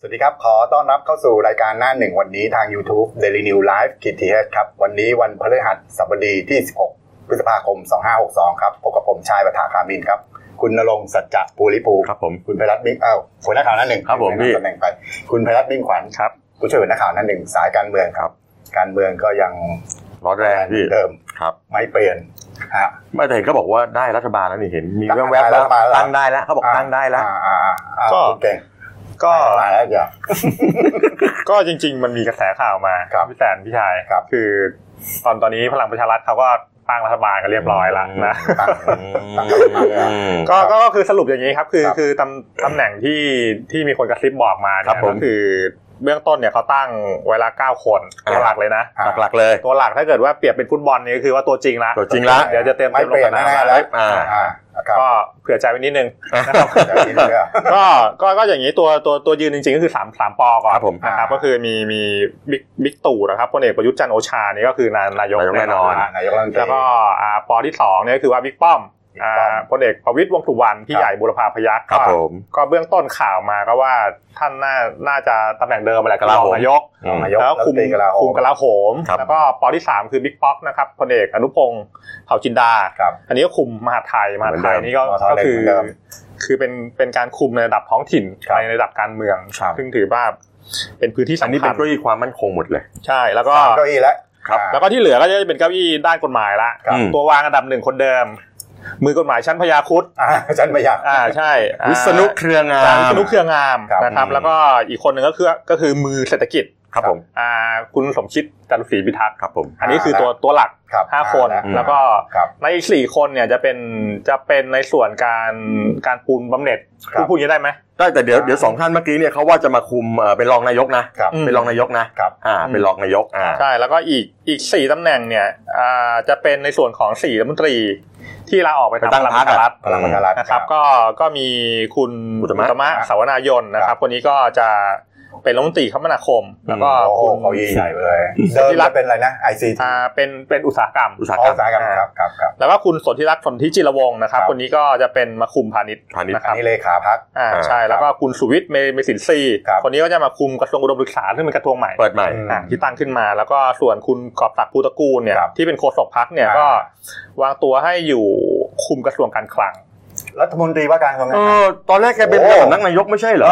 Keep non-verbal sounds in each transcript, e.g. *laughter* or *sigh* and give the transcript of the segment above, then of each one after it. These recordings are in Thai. สวัสดีครับ ขอต้อนรับเข้าสู่รายการหน้าหนึ่งวันนี้ทาง YouTube Daily New Live คิดทีครับ วันนี้วันพฤหัสบดีที่ 16 พฤษภาคม 2562 ครับพบกับผมชายประถาคามินครับ คุณนรงค์สัจจะปูริภู ครับผม คุณไพรัตน์มิ่งเอ้าหัวหน้าข่าวหน้าหนึ่ง ครับผมพี่ ตำแหน่งไป คุณไพรัตน์มิ่งขวัญ ครับ ผู้ช่วยหัวหน้าข่าวหน้าหนึ่งสายการเมืองครับ การเมืองก็ยัง ร้อนแรงพี่ เดิม ครับ ไม่เปลี่ยนฮะ ไม่แต่เห็นก็บอกว่าได้รัฐบาลแล้วนี่เห็นมี ตั้ง แวบๆ รั แล้ว ฐบาลแล้ว ตั้งได้แล้วเขาบอกตั้งได้แล้ว อ่าอ่าอ่าอ่า ก็ คุณเก่ง ก็ มาแล้วเดี๋ยว ก็จริง ๆ มันมีกระแสข่าวมา ครับ พี่แสนพี่ชาย ครับ คือตอนตอนนี้พลังประชารัฐเขาก็ตั้งรัฐบาลกันเรียบร้อยแล้วนะ ตั้ง ตั้งรัฐบาลแล้ว ก็ก็ก็คือสรุปอย่างนี้ครับ คือ ครับ คือตำตำแหน่งที่ที่มีคนกระซิบบอกมา ครั เนี่บยผม ก็คือเบื้องต้นเนี่ยเขาตั้งไว้ละเก้าคน ครับ ตัวหลักเลยนะ ครับ หลักๆเลย ตัวหลักถ้าเกิดว่าเปรียบเป็นฟุตบอลนี่ก็คือว่าตัวจริงละ ตัวจริงละ เดี๋ยวจะเตรียม ไม่เปลี่ยน ลงสาม แน่ๆแล้ว อ่า อ่าครับ ก็เผื่อใจไว้นิดนึงนะครับ เดี๋ยวนี้เนี่ย ก็ก็ก็อย่างนี้ตัวตัวตัวยืนจริงๆก็คือสามสามปอก่อน ครับผม นะครับ อ่า ก็คือมีมีบิ๊กบิ๊กตู่นะครับพลเอกประยุทธ์จันทร์โอชานี่ก็คือนายนายก นายกแน่นอน ะ นายกรัฐมนตรี แล้วก็อ่าปอที่สองเนี่ยก็คือว่าบิ๊กป้อม บิ๊กป้อม อ่าพลเอกประวิตยวงษ์สุวรรณคพี่รับ ใหญ่บุรพาพยัคฆ์ ครับ ก็ ผม ก็เบื้องต้นข่าวมาก็ว่าท่านน่าน่าจะตำแหน่งเดิมมาแหละ กลาโหม องนายก อืม นายก แล้วคุม รัฐมนตรีกลาโหม คุมกลาโหม ครับ แล้วก็ปอที่สามคือบิ๊กป๊อกนะครับพลเอกอนุพงศ์เผ่าจินดา ครับ อันนี้ก็คุมมหาดไทยมหาดไทยนี่ก็ เหมือนเดิม ก็คือ เหมือนเดิม คือเป็นเป็นการคุมในระดับท้องถิ่น ครับ ในระดับการเมือง ครับ ซึ่งถือว่าเป็นพื้นที่ อันนี้ สำ เป็ คั น ญ เก้าอี้ความมั่นคงหมดเลย ใช่แล้วก็ ามเก้าอี้แล้ว ครับ แล้วก็ที่เหลือก็จะเป็นเก้าอี้ด้านกฎหมายละ ครับ อืม ตัววางอันดับหนึ่งคนเดิม มือกฎหมายชั้นพยาครุด อ่าฉันไม่อยาก อ่าใช่อ่า วิษณุเครืองา จารมย์วิษณุเครืองาม ครับ นะครับ อืม แล้วก็อีกคนหนึ่งก็คือก็คือมือเศรษฐกิจ ครับผม อ่าคุณสมคิดจารุศรีพิทักษ์ ครับผม อันนี้คือตัวตัวหลัก ครับ ห้าคน อ่ แล้วก็ ครับ ในอีกสี่คนเนี่ยจะเป็นจะเป็นในส่วนการการปูนบำเหน็จ ครับ พูดพูดอย่างนี้ได้ไหม ได้แต่เดี๋ยวเดี๋ยวสองท่านเมื่อกี้เนี่ยเขาว่าจะมาคุมเอ่อเป็นรองนายกนะครับ อืม เป็นรองนายกนะครับ อ่า อืม เป็นรองนายกอ่า ใช่แล้วก็อีกอีกสี่ตำแหน่งเนี่ยอ่าจะเป็นในส่วนของสี่รัฐมนตรีที่ลาออกไป ไปตั้งพรรค พลังพลังปอะประชารัฐระชารัฐ นะครับก็ก็มีคุณ อุตตมะ ตมะสาวนายนนะค ครั รับ บ คนนี้ก็จะเป็นรัฐมนตรีคมนาคม แล้วก็ โอ้โห คุณ เก้าอี้ใหญ่เลยเดิมจะเป็นอะไรนะ ICT อ่าเป็นเป็นอุตสาหกรรม อุตสาห อ๋อก ร อุ รม ตสาหกรรมครับครับครับ แล้วก็คุณสนธิรัตน์สนธิจิรวงศ์นะครับ ครับ คนนี้ก็จะเป็นมาคุมพาณิชย์ พาณิชย์ นะค อั รั น บ นี้เลขาพัก อ่าใช่ ครับ แล้วก็คุณสุวิทย์เมเมสินซีย์ ครับ คนนี้ก็จะมาคุมกระทรวงอุดมศึกษาซึ่งเป็นกระทรวงใหม่ เปิดใหม่ อ่าที่ตั้งขึ้นมา แล้วก็ส่วนคุณกอบศักดิ์ภูตระกูลเนี่ย ครับ ที่เป็นโฆษกพักเนี่ย อ่า ก็วางตัวให้อยู่คุมกระทรวงการคลัง รัฐมนตรีว่าการกระทรวเองากอตอนแรกแกเป็น โอ้ สำนักนายกไม่ใช่เหรอ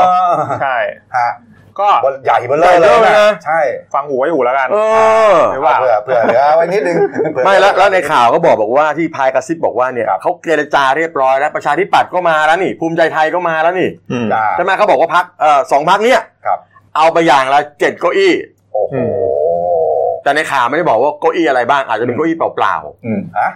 ใช่ ฮะ ก็ บนใหญ่เบนเลย ใหญ่ เล เบ้ ย อเลย นะ นะ ใช่ ฟังหูไว้หูแล้วกัน เออ หรือว่า เผื่อเผื่อเหลือไว้นิดนึงเผื่อ ไม่แล้วแล้วในข่าวก็บอกบอกว่าที่พายกระซิบบอกว่าเนี่ย ครับ เขาเจรจาเรียบร้อยแล้วประชาธิปัตย์ก็มาแล้วนี่ ภูมิใจไทยก็มาแล้วนี่ อืม จ้า ใช่ไหมเขาบอกว่าพักเอ่อสองพักเนี่ย ครับ เอาไปอย่างละเจ็ดเก้าอี้ โอ้โห อื แต่ในข่าวไม่ได้บอกว่าเก้าอี้อะไรบ้างอาจจะเป็นเก้าอี้เปล่า อืมฮะ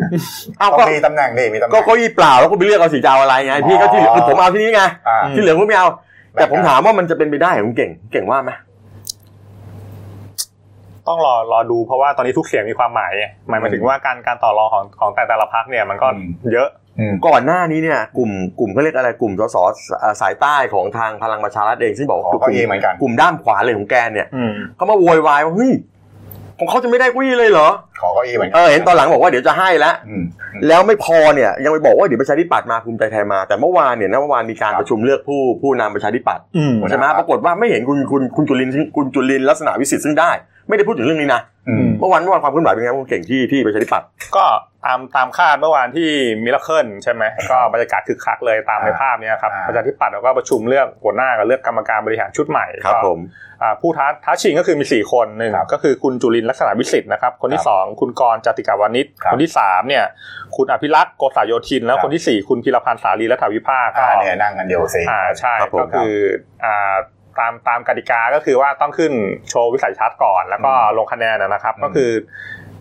ๆเอา ต้อ ก็ งมีตำแหน่งดิมีตำแห ก็ น่ง เก้าอี้เปล่าแล้วคุณไปเลือกเอาสีจะเอาอะไรไงพี่ก็ที่เหลือ อ๋อ ผมเอาที่นี่ไง อ่า ม ที่เหลือคุณไม่เอา แบ่งกัน แต่ผมถามว่ามันจะเป็นไปได้เหรอคุณเก่งเก่งว่าไหม ต้องรอรอดูเพราะว่าตอนนี้ทุกเสียงมีความหมายไงหมายหมายถึงว่าการการต่อรองของของแต่แต่ละพักเนี่ยมันก็เยอะ อืม ก่อนหน้านี้เนี่ยกลุ่มกลุ่มเขาเรียกอะไรกลุ่มสสเอ่อสายใต้ของทางพลังประชารัฐเองซึ่งบอกว่า อ๋อก ลุ่ม เก้าอี้เหมือนกัน กลุ่มด้ามขวาเลยของแกเนี่ย อืม เขามาโวยวายว่าเฮ้ยของเขาจะไม่ได้เกุ้ยเลยเหรอ ขอเก้าอี้เหมือนกั เออเห็นตอนหลังบอกว่าเดี๋ยวจะให้แล้ว อืม แล้วไม่พอเนี่ยยังไปบอกว่าเดี๋ยวประชาธิปัตย์มาภูมิใจไทยมา แต่เมื่อวานเนี่ยนะเมื่อวานมีการ ครับ ประชุมเลือกผู้ผู้นำประชาธิปัตย์ อืม ใช่ไหม ครับ ปรากฏว่าไม่เห็นคุณคุณคุณจุลินซึ่งคุณจุลินลักษณะวิสิทธิ์ซึ่งได้ ไม่ได้พูดถึงเรื่องนี้นะ อืม เมื่อวานเมื่อวานความเคลื่อนไหวเป็นไงคุณเก่งที่ที่ประชาธิปัตย์ ก็ตามตามคาดเมื่อวานที่มิราเคิลใช่ไหมก็บรรยากาศคึกคักเลยตามในภาพเนี้ครับ อ่า ประชาธิปัตย์แล้วก็ประชุมเลือกหัวหน้ากับเลือกกรรมการบริหารชุดใหม่ ครับ ก็ ผม อ่าผู้ท้าท้าชิงก็คือมี 4 คนหนึ่ง ครับ ก็คือคุณจุลินลักษณะวิสิทธิ์นะครับคน ค ที่ รับ 2 คุณกรณ์จติกาวานิช ครับ คนที่3เนี่ยคุณอภิรักษ์โกษาโยธิน แล้ควรับ คนทีสี่ 4 คุณพิรพันธ์สาลีและถาวิภาค อ่าเนี่ยนั่งกันอยู่สิ อ่าใช่ ครับผม ก็คืออ่าตามตามกติกาก็คือว่าต้องขึ้นโชว์วิสัยทัศน์ก่อน แล้วก็ อืม ลงคะแนนนะครับ อืม ก็คือ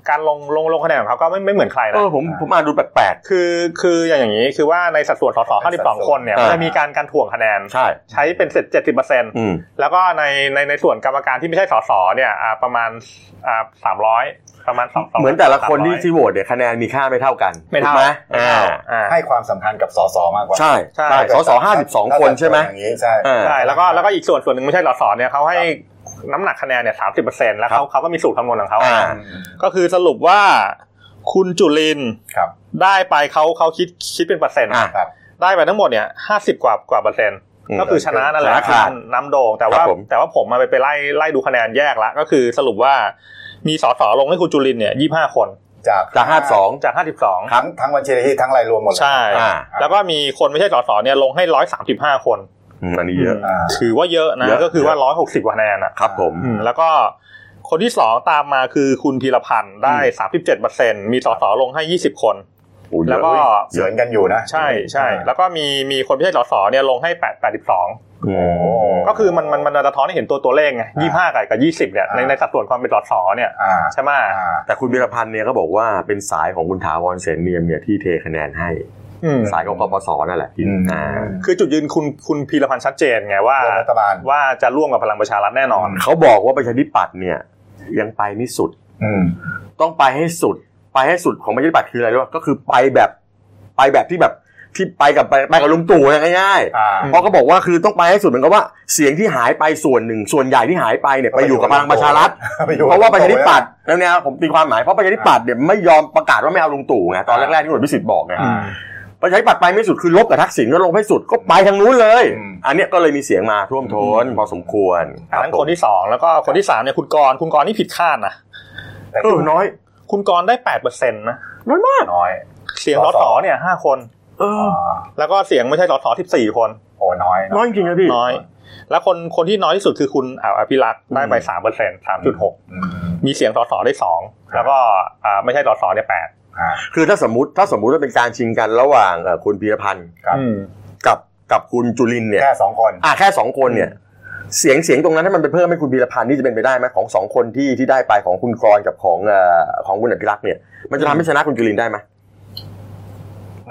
การลงลงลงคะแนนของเขาก็ไม่ไม่เหมือนใครนะ เออผมผมอ่านดูแปลก คือคืออย่างอย่างนี้คือว่าในสัดส่วนสส เป็นสัดส่วน 52 คนเนี่ย อ่ามั นจะมีการการถ่วงคะแนน ๆใช่ ใช้เป็นเสร็จเจ็ดสิบเปอร์เซ็นต์ อืม แล้วก็ในในในส่วนกรรมการที่ไม่ใช่สสเนี่ยอ่าประมาณอ่าสามร้อยประมาณสอง เหมือนแต่ละคนที่ที่โหวตเนี่ยคะแนนมีค่าไม่เท่ากัน ไม่เท่า ถูกไหม ไม่ อ่า เท่าอ่า ให้ความสำคัญกับสสมากกว่า ใช่ใช่สสห้าสิบสองคนใช่ไหม อย่างนี้ใช่ อ่า ใช่แล้วก็แล้วก็อีกส่วนส่วนหนึ่งไม่ใช่สสเนี่ยเขาให้น้ำหนักคะแนนเนี่ยสามสิบเปอร์เซ็นต์แล้วเขาเขาก็มีสูตรคำนวณของเขา อ่า ก็คือสรุปว่าคุณจุลิน ครับ ได้ไปเขาเขาคิดคิดเป็นเปอร์เซ็นต์ อ่า ครับ ได้ไปทั้งหมดเนี่ยห้าสิบกว่ากว่าเปอร์เซ็นต์ อืม ก็คือชนะนั่นแหละ ชนะขาด น้ำโด่งแต่ว่า ครับผม แต่ว่าผมมาไปไปไล่ไล่ดูคะแนนแยกละก็คือสรุปว่ามีสสลงให้คุณจุลินทร์เนี่ยยี่ห้าคน จาก จากห้าสอง จากห้าสิบสอง ทั้งทั้งวันเชลทีทั้งอะไรรวมหมดเลย ใช่ อ่า แล้วก็มีคนไม่ใช่สสเนี่ยลงให้ร้อยสามสิบห้าคน อืมอันนี้เยอะ อ่า ถือว่าเยอะนะ เยอะ ก็คือว่าร้อยหกสิบคะแนนอ่ะ ครับผม อืมแล้วก็คนที่สองตามมาคือคุณพีรพันธ์ได้สามสิบเจ็ดเปอร์เซ็นมีสสลงให้ยี่สิบคน โอ้เยอะ แล้วก็ เสวนกันอยู่นะ ใช่ใช่ อ่า แล้วก็มีมีคนไม่ใช่สสเนี่ยลงให้แปดแปดสิบสอง โอ้ โอ้ ก็คือมันมันมันสะท้อนให้เห็นตัวตัวเลขไงยี่ห้ากับกับยี่สิบเนี่ย อ่า ในในสัดส่วนความเป็นสอสอเนี่ย อ่า ใช่ไหม อ่า แต่คุณวีรพันธ์เนี่ยก็บอกว่าเป็นสายของคุณถาวรเสนเนียมเนี่ยที่เทคะแนนให้ อืม สายของปปสนั่นแหละพี่ อืม อ่า คือจุดยืนคุณคุณพีรพันธ์ชัดเจนไงว่า ร่วมรัฐบาล ว่าจะร่วมกับพลังประชารัฐแน่นอน อืม เขาบอกว่าประชาธิปัตย์เนี่ยยังไปไม่สุด อืม ต้องไปให้สุด ไปให้สุดของประชาธิปัตย์คืออะไรรู้ป่ะก็คือไปแบบไปแบบที่แบบที่ไปกับไปไปกับลุงตู่เนี่ยง่าย อ่า ๆเพราะก็บอกว่าคือต้องไปให้สุดเหมือนกับว่าเสียงที่หายไปส่วนหนึ่งส่วนใหญ่ที่หายไปเนี่ยไปอยู่กับพลังประชารัฐ ไปอยู่ เพราะว่าประชาธิปัตย์แล้วเนี่ยผมตีความหมายเพราะประชาธิปัตย์เนี่ยไม่ยอมประกาศว่าไม่เอาลุงตู่ไงตอนแรกๆที่คุณพิสิทธิ์บอกไง อ่า ประชาธิปัตย์ไปไม่สุดคือลบกับทักษิณก็ลงให้สุดก็ไปทางนู้นเลย อืม อันเนี้ยก็เลยมีเสียงมาท่วมท้นพอสมควร อันนั้นคน ที่ ที่สองแล้วก็คนที่สามเนี่ยคุณกรณ์คุณกรณ์นี่ผิดคาดนะ แต่ เออน้อย คุณกรณ์ได้แปดเปอร์เซ็นต์นะ น้อยมาก น้อย เสียง ส ส อ อ สอ สอเนี่ยห้าคน เออ อ่า แล้วก็เสียงไม่ใช่สอสอสิบสี่คน โอ้น้อย น้อยจริงๆนะพี่ น้อย แล้วคนคนที่น้อยที่สุดคือคุณอ่าอภิรักษ์ได้ไปสามเปอร์เซ็นต์สามจุดหก อืม มีเสียงสอสอได้สองแล้วก็อ่าไม่ใช่สอสอเนี่ยแปด อ่า คือถ้าสมมติถ้าสมมติว่าเป็นการชิงกันระหว่างเอ่อคุณพีรพันธ์ ครับ อืม กับกับคุณจุลินทร์เนี่ย แค่สองคน อ่ะแค่สองคนเนี่ย เสียงเสียงตรงนั้นถ้ามันไปเพิ่มให้คุณพีรพันธ์นี่จะเป็นไปได้ไหมของสองคนที่ที่ได้ไปของคุณกรณ์กับของเอ่อของคุณอภิรักษ์เนี่ย มันจะทำให้ชนะคุณจุลินทร์ได้ไหม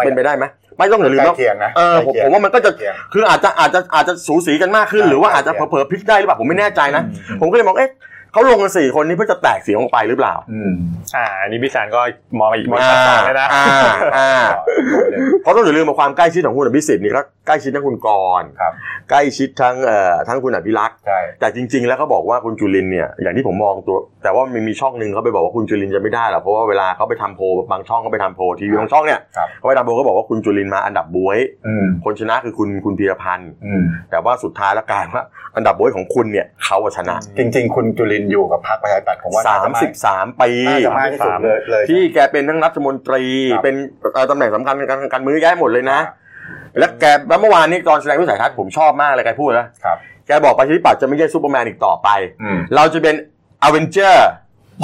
เป็นไปได้ไหมไม่ต้องอย่าลืม ใกล้ ว่า เคียงนะ เออผม ใกล้เคีผยง มว่ามันก็จะ ใกล้เคียง คืออาจจะอาจจะอาจจะสูสีกันมากขึ้น ใช่ หรือว่าอาจจะ ใกล้เคียง เผลอๆพลิกได้หรือเปล่าผมไม่แน่ใจนะ อืม ผมก็เลยมองเอ๊ะเขาลงกันสี่คนนี้เพื่อจะแตกเสียงออกไปหรือเปล่า อืม อ่าอันนี้พี่แซนก็มองอีกมองอีกสองเลยนะ อ่าอ่า ต่ออีกคนหนึ่ง เพราะต้องอย่าลืมว่าความใกล้ชิดของคุณอภิสิทธิ์นี่ก็ใกล้ชิดทั้งคุณกรณ์ ครับ ใกล้ชิดทั้งเอ่อทั้งคุณอภิรักษ์ ใช่ แต่จริง ๆ แล้วเขาบอกว่าคุณจุลินเนี่ยอย่างที่ผมมองตัว แต่ว่ามันมีช่องหนึ่งเขาไปบอกว่าคุณจุลินจะไม่ได้หรอกเพราะว่าเวลาเขาไปทำโพลบางช่องเขาไปทำโพลทีวีบางช่องเนี่ย ครับ เขาไปทำโพลก็บอกว่าคุณจุลินมาอันดับบุ้ย อืม คนชนะคือคุณคุณพีรพันธ์ อืม แต่ว่าสุดท้ายแล้วกลายว่าอันดับบุ้ยของคุณเนี่ยเขาอะชนะ จริง ๆ คุณจุลินอยู่กับพรรคประชาธิปัตย์ผมว่าน่ สา จะ มสิบสามปี น่าจะมากที่สุดเลยเลย ที่แกเป็นทั้งรัฐมนตรี ครับ เป็นเอ่อตำแหน่งสำคัญทางการการเมืองเยอะแยะหมดเลยนะ นะ แล้วแกแล้วเมื่อวานนี้ตอนแสดงวิสัยทัศน์ผมชอบมากเลยแกพูดนะครับ แกบอกประชาธิปัตย์จะไม่ใช่ซูเปอร์แมนอีกต่อไป อืม เราจะเป็นอเวนเจอร์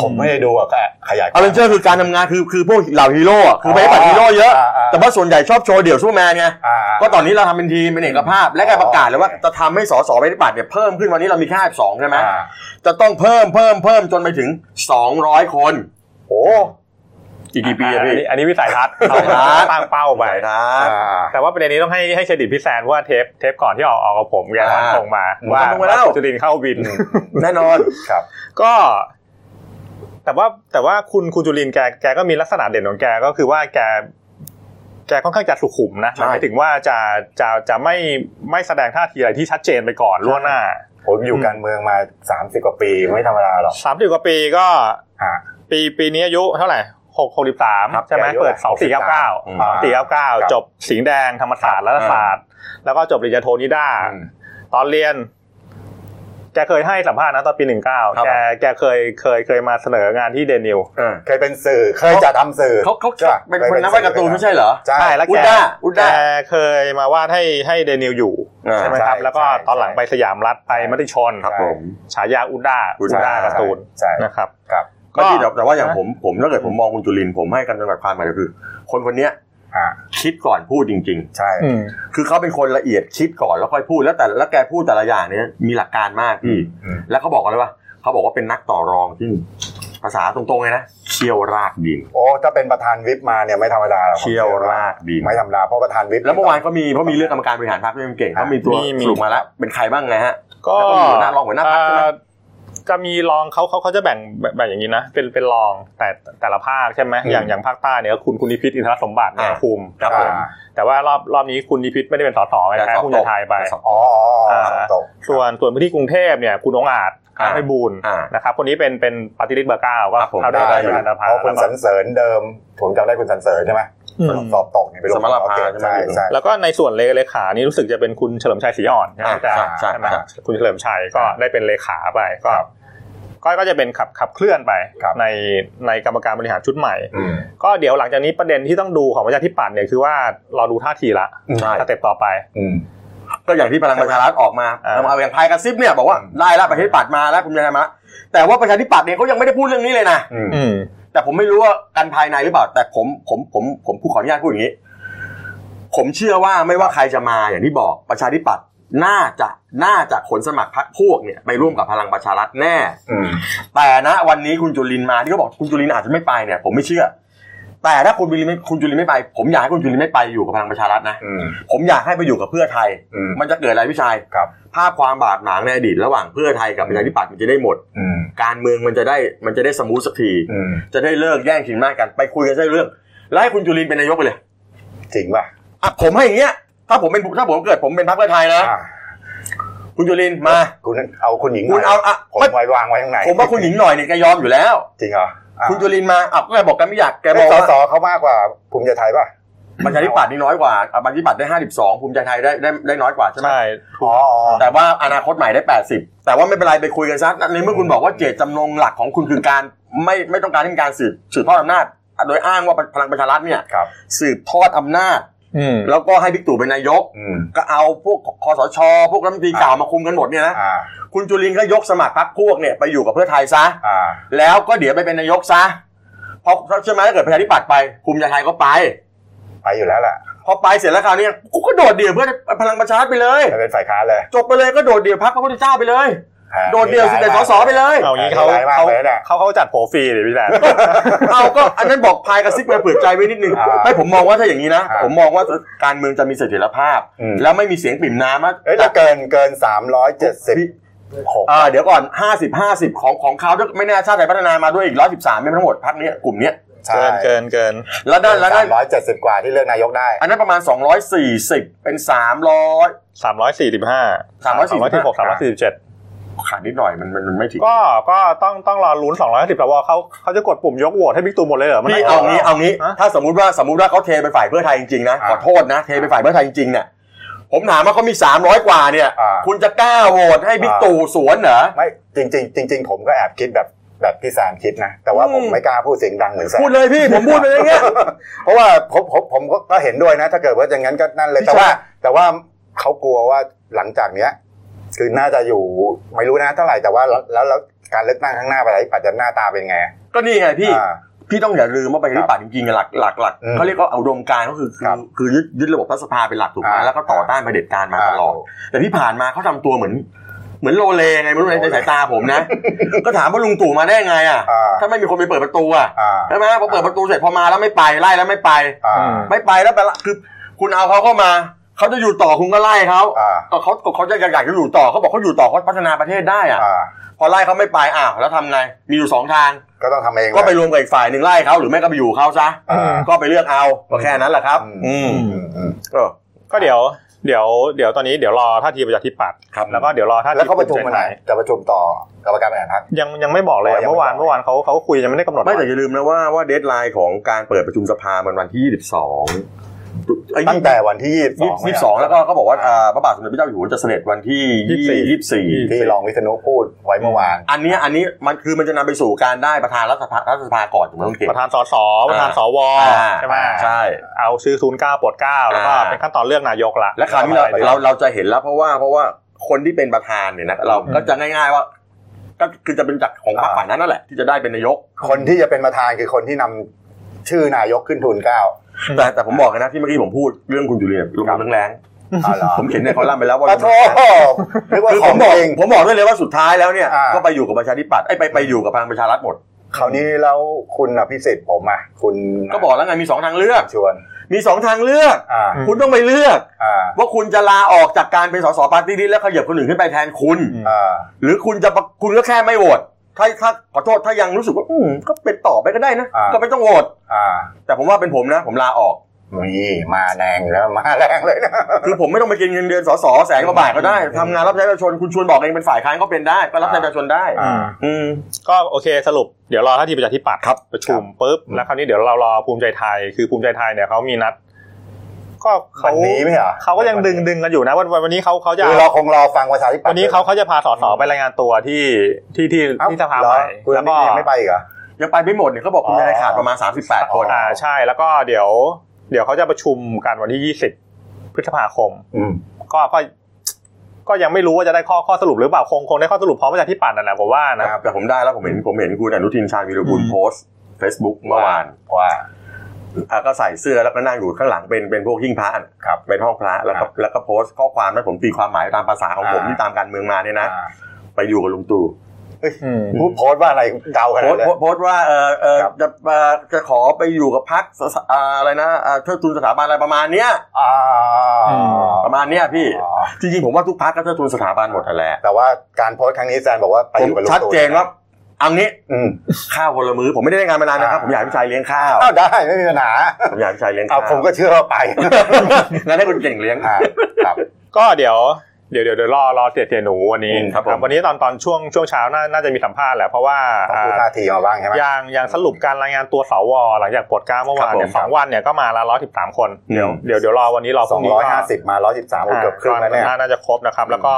ผมไม่ได้ดูอ่ะก็ขยายควา อ ม เวนเจอร์คือการทำงานคือคือพวกเหล่าฮีโร่อะคือประชาธิปัตย์ฮีโร่เยอะ า แต่ว่าส่วนใหญ่ชอบโชว์เดี่ยวซูเปอร์แมนไง อ่าา ก็ตอนนี้เราทำเป็นทีมเป็นเอกภาพ และแกประกาศเลยว่า อ๋อ จะทำให้สสประชาธิปัตย์เนี่ยเพิ่มขึ้นวันนี้เรามีแค่สองใช่ไหม อ่า จะต้องเพิ่มเพิ่มเพิ่มจนไปถึง 200 คน โอ้ อีกกี่ปีอะ อัน พี่ นี้อันนี้วิสัยทัศน์ วิสัยทัศน์ ตั้งเป้าไป นะ อ่า แต่ว่าประเด็นนี้ต้องให้ให้เครดิตพี่แซนว่าเทปเทปก่อนที่ออกออกกับผมแก อ่า ส่งมา ว่า ส่งมาแล้ว จุลินเข้าวิน แน่นอน ครับ ก็ แต่ว่าแต่ว่าคุณคุณจุลินแกแกก็มีลักษณะเด่นของแกก็คือว่าแก แกค่อนข้างจะสุขุมนะ ใช่ หมายถึงว่าจะจะจะไม่ไม่แสดงท่าทีอะไรที่ชัดเจนไปก่อนล่วงหน้า ผมอยู่การเมืองมา 30 กว่าปีไม่ธรรมดาหรอก สามสิบกว่าปีก็ ฮะ ปีปีนี้อายุเท่าไหร่หกหกสิบสาม ครับ ใช่ไหม อายุ เปิดสองสี่เก้าเก้า อืม สองสี่เก้าเก้า ครับ จบสิงห์แดงธรรมศาสตร์รัฐศาสตร์ แล้วก็จบปริญญาโทนิด้า อืม ตอนเรียน แกเคยให้สัมภาษณ์นะตอนปีหนึ่งเก้า ครับ แกแกเคยเคยเคยมาเสนองานที่เดนิว เออ เคยเป็นสื่อเคยจะทำสื่อ เขาเขา ใช่ปะ เป็นคนนักวาดการ์ตูนไม่ใช่เหรอ ใช่ ใช่แล้ว อุ แก ดด้าอุด แก ด้า เคยมาวาดให้ให้เดนิวอยู่ใช่ไหมครับ ใช่ แล้วก็ ใช่ ตอนหลังไปสยามรัฐไปมติชน ครับผม ฉายาอุดด้า อุ อุ ด ด ด้า ด้าการ์ตูน ใช่ นะครับ ครับ ก็ที่แต่แต่ว่าอย่างผมผมถ้าเกิดผมมองคุณจุลินทร์ผมให้กำลังความหมายก็คือ คนคนเนี้ย ฮะ คิดก่อนพูดจริง ใช่ อืม ๆ คือเขาเป็นคนละเอียดคิดก่อนแล้วค่อยพูดแล้วแต่แล้วแกพูดแต่ละอย่างเนี้ยมีหลักการมากพี่ อืม แล้วเขาบอกอะไรวะเขาบอกว่าเป็นนักต่อรองที่ภาษาตรงๆเลยนะเคี่ยวรากดิน โอ้ถ้าเป็นประธานวิปมาเนี่ยไม่ธรรมดาหรอก เคี่ยวรากดิน ไม่ธรรมดาเพราะประธานวิป แล้วเมื่อวานก็มีเพราะมีเรื่องกรรมการบริหารพรรคเรื่องเก่งเขามีตัว มีมี สรุปมาแล้วเป็นใครบ้างไงฮะ ก็ แล้วก็มีหัวหน้ารองหัวหน้าพรรคใช่ไหม เอ่อจะมีรองเขาเขาเขาจะแบ่งแบ่งอย่างนี้นะ เป็นเป็นรองแต่แต่ละภาคใช่ไหม อืม อย่างอย่างภาคใต้เนี่ยก็คุณคุณนิพิษอินทรสมบัติเนี่ยคุม ครับผม อ่า แต่ว่ารอบรอบนี้คุณนิพิษไม่ได้เป็นสสไง แต่ แพ้ สอบ คุณ ต จะ ก ทายไป สอบ อ๋ออ๋ออ๋อ อ่า ตก ส่วนส่วนพื้นที่กรุงเทพเนี่ยคุณองค์อาจ อ่า ไม่บูลย์ อ่า นะครับคนนี้เป็นเป็นปฏิริษีเบอร์เก้าก็ ครับผม เข้าได้ ได้ ได้ อยู่ ในรัฐส เพ ภา ราะคุณ แล้วก็ สันเสริญเดิม ผมจำได้คุณสันเสริญใช่ไหม อืม สอบสอบตกเนี่ยไปลง สมรภา เกณฑ์ใช่ใช่ไหม ใช่ แล้วก็ในส่วนเลเลขานี่รู้สึกจะเป็นคุณเฉลิมชัยศรีอ่อนใช่ไหม อ่า อาจารย์ ใช่ ใช่ไหม ครับ คุณเฉลิมชัยก็ได้เป็นเลขาไปก็ก็ก็จะเป็นขับขับเคลื่อนไป ครับ ในในกรรมการบริหารชุดใหม่ อืม ก็เดี๋ยวหลังจากนี้ประเด็นที่ต้องดูของประชาธิปัตย์เนี่ยคือว่าเราดูท่าทีละ ใช่ สเต็ปต่อไป อืม ก็อย่างที่พลังประชารัฐออกมา อ่า ทำเอาอย่างพายกระซิบเนี่ยบอกว่า อืม ได้แล้วประชาธิปัตย์มาแล้วคุณยายมาละแต่ว่าประชาธิปัตย์เองเขายังไม่ได้พูดเรื่องนี้เลยนะ อืม อืม แต่ผมไม่รู้ว่ากันภายในหรือเปล่า แต่ผมผมผมผมผู้ขออนุญาตพูดอย่างนี้ ผมเชื่อว่าไม่ว่าใครจะมาอย่างที่บอกประชาธิปัตย์น่าจะน่าจะขนสมัครพรรคพวกเนี่ยไปร่วมกับพลังประชารัฐแน่ อืม แต่นะวันนี้คุณจุลินมาที่เขาบอกคุณจุลินอาจจะไม่ไปเนี่ย ผมไม่เชื่อ แต่ถ้าคุณจุลินไม่คุณจุลินไม่ไป ผมอยากให้คุณจุลินไม่ไปอยู่กับพลังประชารัฐนะ อืม ผมอยากให้ไปอยู่กับเพื่อไทย อืม มันจะเกิดอะไรพี่ชาย ครับ ภาพความบาดหมางในอดีตระหว่างเพื่อไทยกับประชาธิปัตย์มันจะได้หมด อืม การเมืองมันจะได้มันจะได้สมูทสักที อืม จะได้เลิกแย่งชิงมากกันไปคุยกันได้เรื่องแล้วให้คุณจุลินเป็นนายกไปเลย จริงป่ะ อ่ะผมให้อย่างเงี้ยถ้าผมเป็นถ้าผมเกิดผมเป็นพรรคเพื่อไทยนะ อ่ะ คุณจุลินมา คุณเอาคุณหญิง คุหณน่ย เอาอ่ะ ผม ไม่ ไว้วางไว้ข้างใน ผมว่าคุณหญิงหน่อยเนี่ยแกยอมอยู่แล้ว จริงเหรออ่ะ คุณจุลินมาอ่ะแกบอกกันไม่อยากแกบ เอ้ อก ยส ว่า สเขามากกว่าภูมิใจไทยป่ะ ประชาธิปัตย์นี่น้อยกว่าอ่ะประชาธิปัตย์ได้52ภูมิใจไทยได้ได้ได้น้อยกว่าใช่ไหม ใช่ อ๋ออ๋อ แต่ว่าอนาคตใหม่ได้ 80 แต่ว่าไม่เป็นไรไปคุยกันซะในเมื่อคุณบอกว่าเจตจำนงหลักของคุณคือการไม่ไม่ต้องการให้มีการสืบสืบทอดอำนาจอ่ะโดยอ้างว่าพลังประชารัฐเนี่ย ครับ สืบทอดอำนาจ อืม แล้วก็ให้บิ๊กตู่เป็นนายก อืม ก็เอาพวกคอสช พวกรัฐมนตรีเก่ามาคุมกันหมดเนี่ยนะ อ่า คุณจุลินก็ยกสมัครพรรคพวกเนี่ยไปอยู่กับเพื่อไทยซะ อ่า แล้วก็เดี๋ยวไปเป็นนายกซะเพราะใช่ไหมถ้าเกิดประชาธิปัตย์ไปภูมิใจไทยก็ไป ไปอยู่แล้วล่ะ พอไปเสร็จแล้วคราวเนี้กูก็โดดเดี่ยวเพื่อพลังประชารัฐไปเลย ไปเป็นฝ่ายค้านเลย จบไปเลยก็โดดเดี่ยวพรรคพระพุทธเจ้าไปเลย ฮะ โดดเดี่ยวสิบเอ็ดสสไปเลย เอางี้เขาเขาเขาเขาจัดโผฟรีเดี๋ยวพี่แดน เอาก็อันนั้นบอกพายกระซิบมาเผื่อใจไว้นิดนึง อ่า ไม่ผมมองว่าถ้าอย่างนี้นะ อ่า ผมมองว่าการเมืองจะมีเสถียรภาพ อืม แล้วไม่มีเสียงปริ่มน้ำว่า เอ้ยถ้าเกินเกินสามร้อยเจ็ดสิบหก เอ่อเดี๋ยวก่อน 50 50 ของของเขาด้วยไม่แน่ชาติไทยพัฒนามาด้วยอีก 113ไม่ทั้งหมดพักนี้ยกลุ่มเนี้ย ใช่ เกินเกินเกิน แล้วนั่นแล้ว สา นั่ ม น ร้อยเจ็ดสิบกว่าที่เลือกนายกได้ อันนั้นประมาณ 240 เป็น 300 สามร้อยสี่สิบห้าหกสามร้อยสี่สิบเจ็ด ขาดนิดหน่อยมันมันมันไม่ถึง ก็ก็ต้องต้องรอลุ้นสองร้อยสิบสวเขาเขาจะกดปุ่มยกโหวตให้บิ๊กตู่หมดเลยเหรอมัน พี่เอางี้เอางี้ ฮะ ถ้าสมมุติว่าสมมุติว่าเขาเทไปฝ่ายเพื่อไทยจริงๆนะ อ่า ขอโทษนะ เทไปฝ่ายเพื่อไทยจริงๆเนี่ยผมถามว่าเขามี 300 กว่าเนี่ย อ่า คุณจะกล้าโหวตให้บิ๊กตู่สวนเหรอ ไม่จริงจริงๆจริง ๆ ผมก็แอบคิดแบบแบบพี่แซมคิดนะ แต่ว่าผมไม่กล้าพูดเสียงดังเหมือนแซม พูดเลยพี่ผมพูดไปอย่างเงี้ย เพราะว่าผมผมผมก็ก็เห็นด้วยนะ ถ้าเกิดว่าอย่างนั้นก็นั่นเลย แต่ว่า แต่ว่าเขากลัวว่าหลังจากเนี้ย คือน่าจะอยู่ไม่รู้นะเท่าไหร่แต่ว่าแล้วแล้วแล้วการเลือกตั้งข้างหน้าไปไหนปัจจัยหน้าตาเป็นไง *laughs* ก็นี่ไงพี่ อ่า พี่ต้องอย่าลืมว่าประชาธิปัตย์จริงๆอะหลักหลักหลัก อืม เขาเรียกว่าเอาอุดมการณ์ก็คือคือ ครับ คือยึดยึดระบบรัฐสภาเป็นหลักถูกไหม อ่า แล้วก็ต่อต้านเผด็จการมาตลอด แต่ที่ผ่านมาเขาทำตัวเหมือน เหมือนโลเลไงไม่รู้ใน โลเล ในสายตาผมนะ ก็ถามว่าลุงตู่มาได้ไงอ่ะ อ่า ถ้าไม่มีคนไปเปิดประตูอ่ะ อ่า ใช่ไหมพอเปิดประตูเสร็จพอมาแล้วไม่ไปไล่แล้วไม่ไป อ่า ไม่ไปแล้วไปละคือ คุณเอาเขาเข้ามาเขาจะอยู่ต่อคุณก็ไล่เขา อ่า ก็เขาก็เขาจะอยากจะอยู่ต่อเขาบอกเขาอยู่ต่อเขาพัฒนาประเทศได้อ่ะ อ่า พอไล่เขาไม่ไปอ้าวแล้วทำไงมีอยู่สองทาง ก็ต้องทำเอง ก็ไป แหละ รวมกับอีกฝ่ายหนึ่งไล่เขาหรือไม่ก็ไปอยู่เขาซะ อ่า ก็ไปเลือกเอาก็แค่นั้นแหละครับ อืม อืม อืมอืม เออ ก็เดี๋ยวเดี๋ยวเดี๋ยวตอนนี้เดี๋ยวรอท่าทีประชาธิปัตย์ ครับ แล้วก็เดี๋ยวรอท่าที แล้วเขาประชุม ภู วัน ใจ ไหน ทย จะประชุมต่อกรรมการบริหารพรรค ยังยังไม่บอกเลย อ๋อยังไม่ เมื่อวาน บอก เมื่อวานเขาเขาคุยยังไม่ได้กำหนด ไม่แต่อย่าลืมนะว่าว่าเดทไลน์ของการเปิดประชุมสภามันวันที่ 22ไอ้ ตั้งแต่วันที่ยี่สิบสอง ยี่สิบสองแล้วก็เขาบอกว่าอ่าพระบาทสมเด็จพระเจ้าอยู่หัวจะเสด็จวันที่ยี่สิบสี่ ที่รองวิษณุพูดไว้เมื่อวาน อันเนี้ยอันนี้มันคือมันจะนำไปสู่การได้ประธานรัฐสภารัฐสภาก่อนถูกไหมต้องเก่ง ประธานสสประธาน อ่า สว อ่า ใช่ไหม ใช่ เอาชื่อศูนย์เก้าปลดเก้าแล้วก็ อ่า เป็นขั้นตอนเลือกนายกละ และคราวนี้เรา ไป เราเราจะเห็นแล้วเพราะว่าเพราะว่าคนที่เป็นประธานเนี่ยนะเรา อืม ก็จะง่าย ๆว่า ก็คือจะเป็นจากของพรรคฝ่ายนั้นนั่นแหละที่จะได้เป็นนายก คนที่จะเป็นประธานคือคนที่นำชื่อนายกขึ้นทูลเกล้า แต่แต่ผมบอกกันนะที่เมื่อกี้ผมพูดเรื่องคุณจุลินลงมาเรื่องแรง อ๋อเหรอ ผมเขียนในคอลัมน์ไปแล้วว่า ปะโทนึกว่า คือ ข ผ อง มบอก เอง ผมบอกด้วยเลยว่าสุดท้ายแล้วเนี่ย อ่า ก็ไปอยู่กับประชาธิปัตย์ไอ้ยไปไปอยู่กับพลังประชารัฐหมด คราวนี้แล้วคุณอภิสิทธิ์ผมอ่ะคุณ ก็บอกแล้วไงมีสองทางเลือก ชวน มีสองทางเลือก อ่า คุณต้องไปเลือก อ่า ว่าคุณจะลาออกจากการเป็นสสปาร์ตี้ลิสต์แล้วขยับคนอื่นขึ้นไปแทนคุณ อืม อ่า หรือคุณจะปะคุณก็แค่ไม่โหวตถ้าถ้าขอโทษถ้ายังรู้สึกว่าอืมก็เป็นต่อไปก็ได้นะ อ่า ก็ไม่ต้องโหวต อ่า แต่ผมว่าเป็นผมนะ ผมลาออก นี่มาแรงแล้ว *laughs* มาแรงเลยนะ คือผมไม่ต้องไปกินเงินเดือนสสแสนกว่าบาทก็ได้ทำงานรับใช้ประชาชนคุณชวนบอกเองเป็นฝ่ายค้านก็เป็นได้ก็รับใช้ประชาชนได้ อ่า อืม ก็โอเคสรุปเดี๋ยวรอท่าทีประชาธิปัตย์ ครับ ประชุมปุ๊บ อืม แล้วคราวนี้เดี๋ยวเรารอภูมิใจไทย คือภูมิใจไทยเนี่ยเขามีนัด ก็เขา วันนี้ไหมเหรอ เขาก็ยังดึงดึงกันอยู่นะวันวันวันนี้เขาเขาจะ คือเราคงรอฟังประชาธิปัตย์ วันนี้เขาเขาจะพาสสไปรายงานตัวที่ที่ที่ เอ้ ที่สภาใหม่ เหรอคุณ แล้วก็ นี่ยังไม่ไปอีกเหรอ ยังไปไม่หมดเนี่ยเขาบอกคุณ อ๋อ นายขาดประมาณ 38 คน อ่าใช่แล้วก็เดี๋ยว เดี๋ยวเขาจะประชุมกันวันที่ยี่สิบพฤษภาคม อืม ก็ก็ก็ยังไม่รู้ว่าจะได้ข้อข้อสรุปหรือเปล่าคงคงได้ข้อสรุปพร้อมประชาธิปัตย์นั่นแหละผมว่านะ ครับ แต่ผมได้แล้วผมเห็นผมเห็นคุณอนุทินชาญวีรบุญ อืม โพสต์ Facebook เมื่อวาน ว่า อ่ะก็ใส่เสื้อแล้วก็นั่งอยู่ข้างหลังเป็นเป็นพวกหิ้งพระน่ะ ครับ เป็นห้องพระแล้ว ครั ก็ บ แล้วก็โพสต์ข้อความนั้นผมตีความหมายตามภาษาของผม อ่า ที่ตามการเมืองมาเนี่ย อ่า นะ ไปอยู่กับลุงตู่ อืม ผู้โพสต์ว่าอะไรเดาขนาโพดสต์ นั้นเลย โพสต์ว่าเออเออ ครับ จะเอ่อจะขอไปอยู่กับพรรคสสอ่าอะไรนะอ่าเทิดทุนสถาบันอะไรประมาณเนี้ย อ่า อืม ประมาณเนี้ยพี่ อ๋อ จริงๆผมว่าทุกพรรคก็เทิดทุนสถาบันหมดนั่นแหละ แต่ว่าการโพสต์ครั้งนี้แซนบอกว่าไป ผ อ ม ยู่กับลุง ชัดเจนว่าเอางี้ อืม ข้าวคนละมื้อผมไม่ได้ได้งานมานานนะครับ อ่า ผมอยากให้พี่ชายเลี้ยงข้าว อ้าวได้ไม่มีปัญหา ผมอยากให้พี่ชายเลี้ยงข้า เอา ว ผมก็เชื่อว่าไป งั้นให้คุณเก่งเลี้ยง อ่าครับ ก็เดี๋ยวเดี๋ยวเดี๋ยวเดี๋ยวรอรอเตียเตียหนูวันนี้ อืมครับผม วันนี้ตอนตอนช่วงช่วงเช้าน่าน่าจะมีสัมภาษณ์แหละเพราะว่า ต้อง อ่า พูดท่าทีมาบ้างใช่ไหม อย่างอย่างสรุปการรายงานตัวสวหลังจากปลดเกล้าเมื่อวานเนี่คยรับผม สองวันเนี่ยก็มาละร้อยสิบสามคน เดี๋ เดี๋ ย ยว วเดี๋ยวเดี๋ยวรอวันนี้รอพ ส รุ่ อง ง นี้ ร้อย ก็ ห้าสิบมาร้อยสิบสาม อ่า เกือบครึ่งแล้วเนี่ย าน่าจะครบนะครับ แล้วก็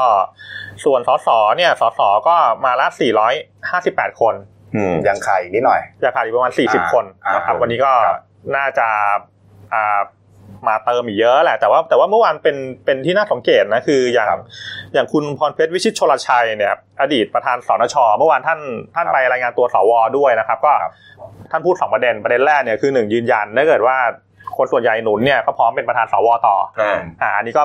ส่วนสสเนี่ยสสก็มาละสี่ร้อยห้าสิบแปดคน อืม ยังไข่นิดหน่อย จะผ่านอีกประมาณสี่สิบ อ่า คน อ่า นะครับ ผม วันนี้ก็ ครับ น่าจะอ่ามาเติมอีกเยอะแหละ แต่ว่าแต่ว่าเมื่อวานเป็นเป็นที่น่าสังเกตนะคืออย่าง อย่างคุณพรเพชรวิชิตชลชัยเนี่ยอดีตประธานสนชเมื่อวานท่านท่าน ครับ ไปรายงานตัวสวด้วยนะครับ ก็ ครับ ท่านพูดสองประเด็นประเด็นแรกเนี่ยคือหนึ่งยืนยันถ้าเกิดว่าคนส่วนใหญ่หนุนเนี่ยก็พร้อมเป็นประธานสวต่อ อ่า อ่าอันนี้ก็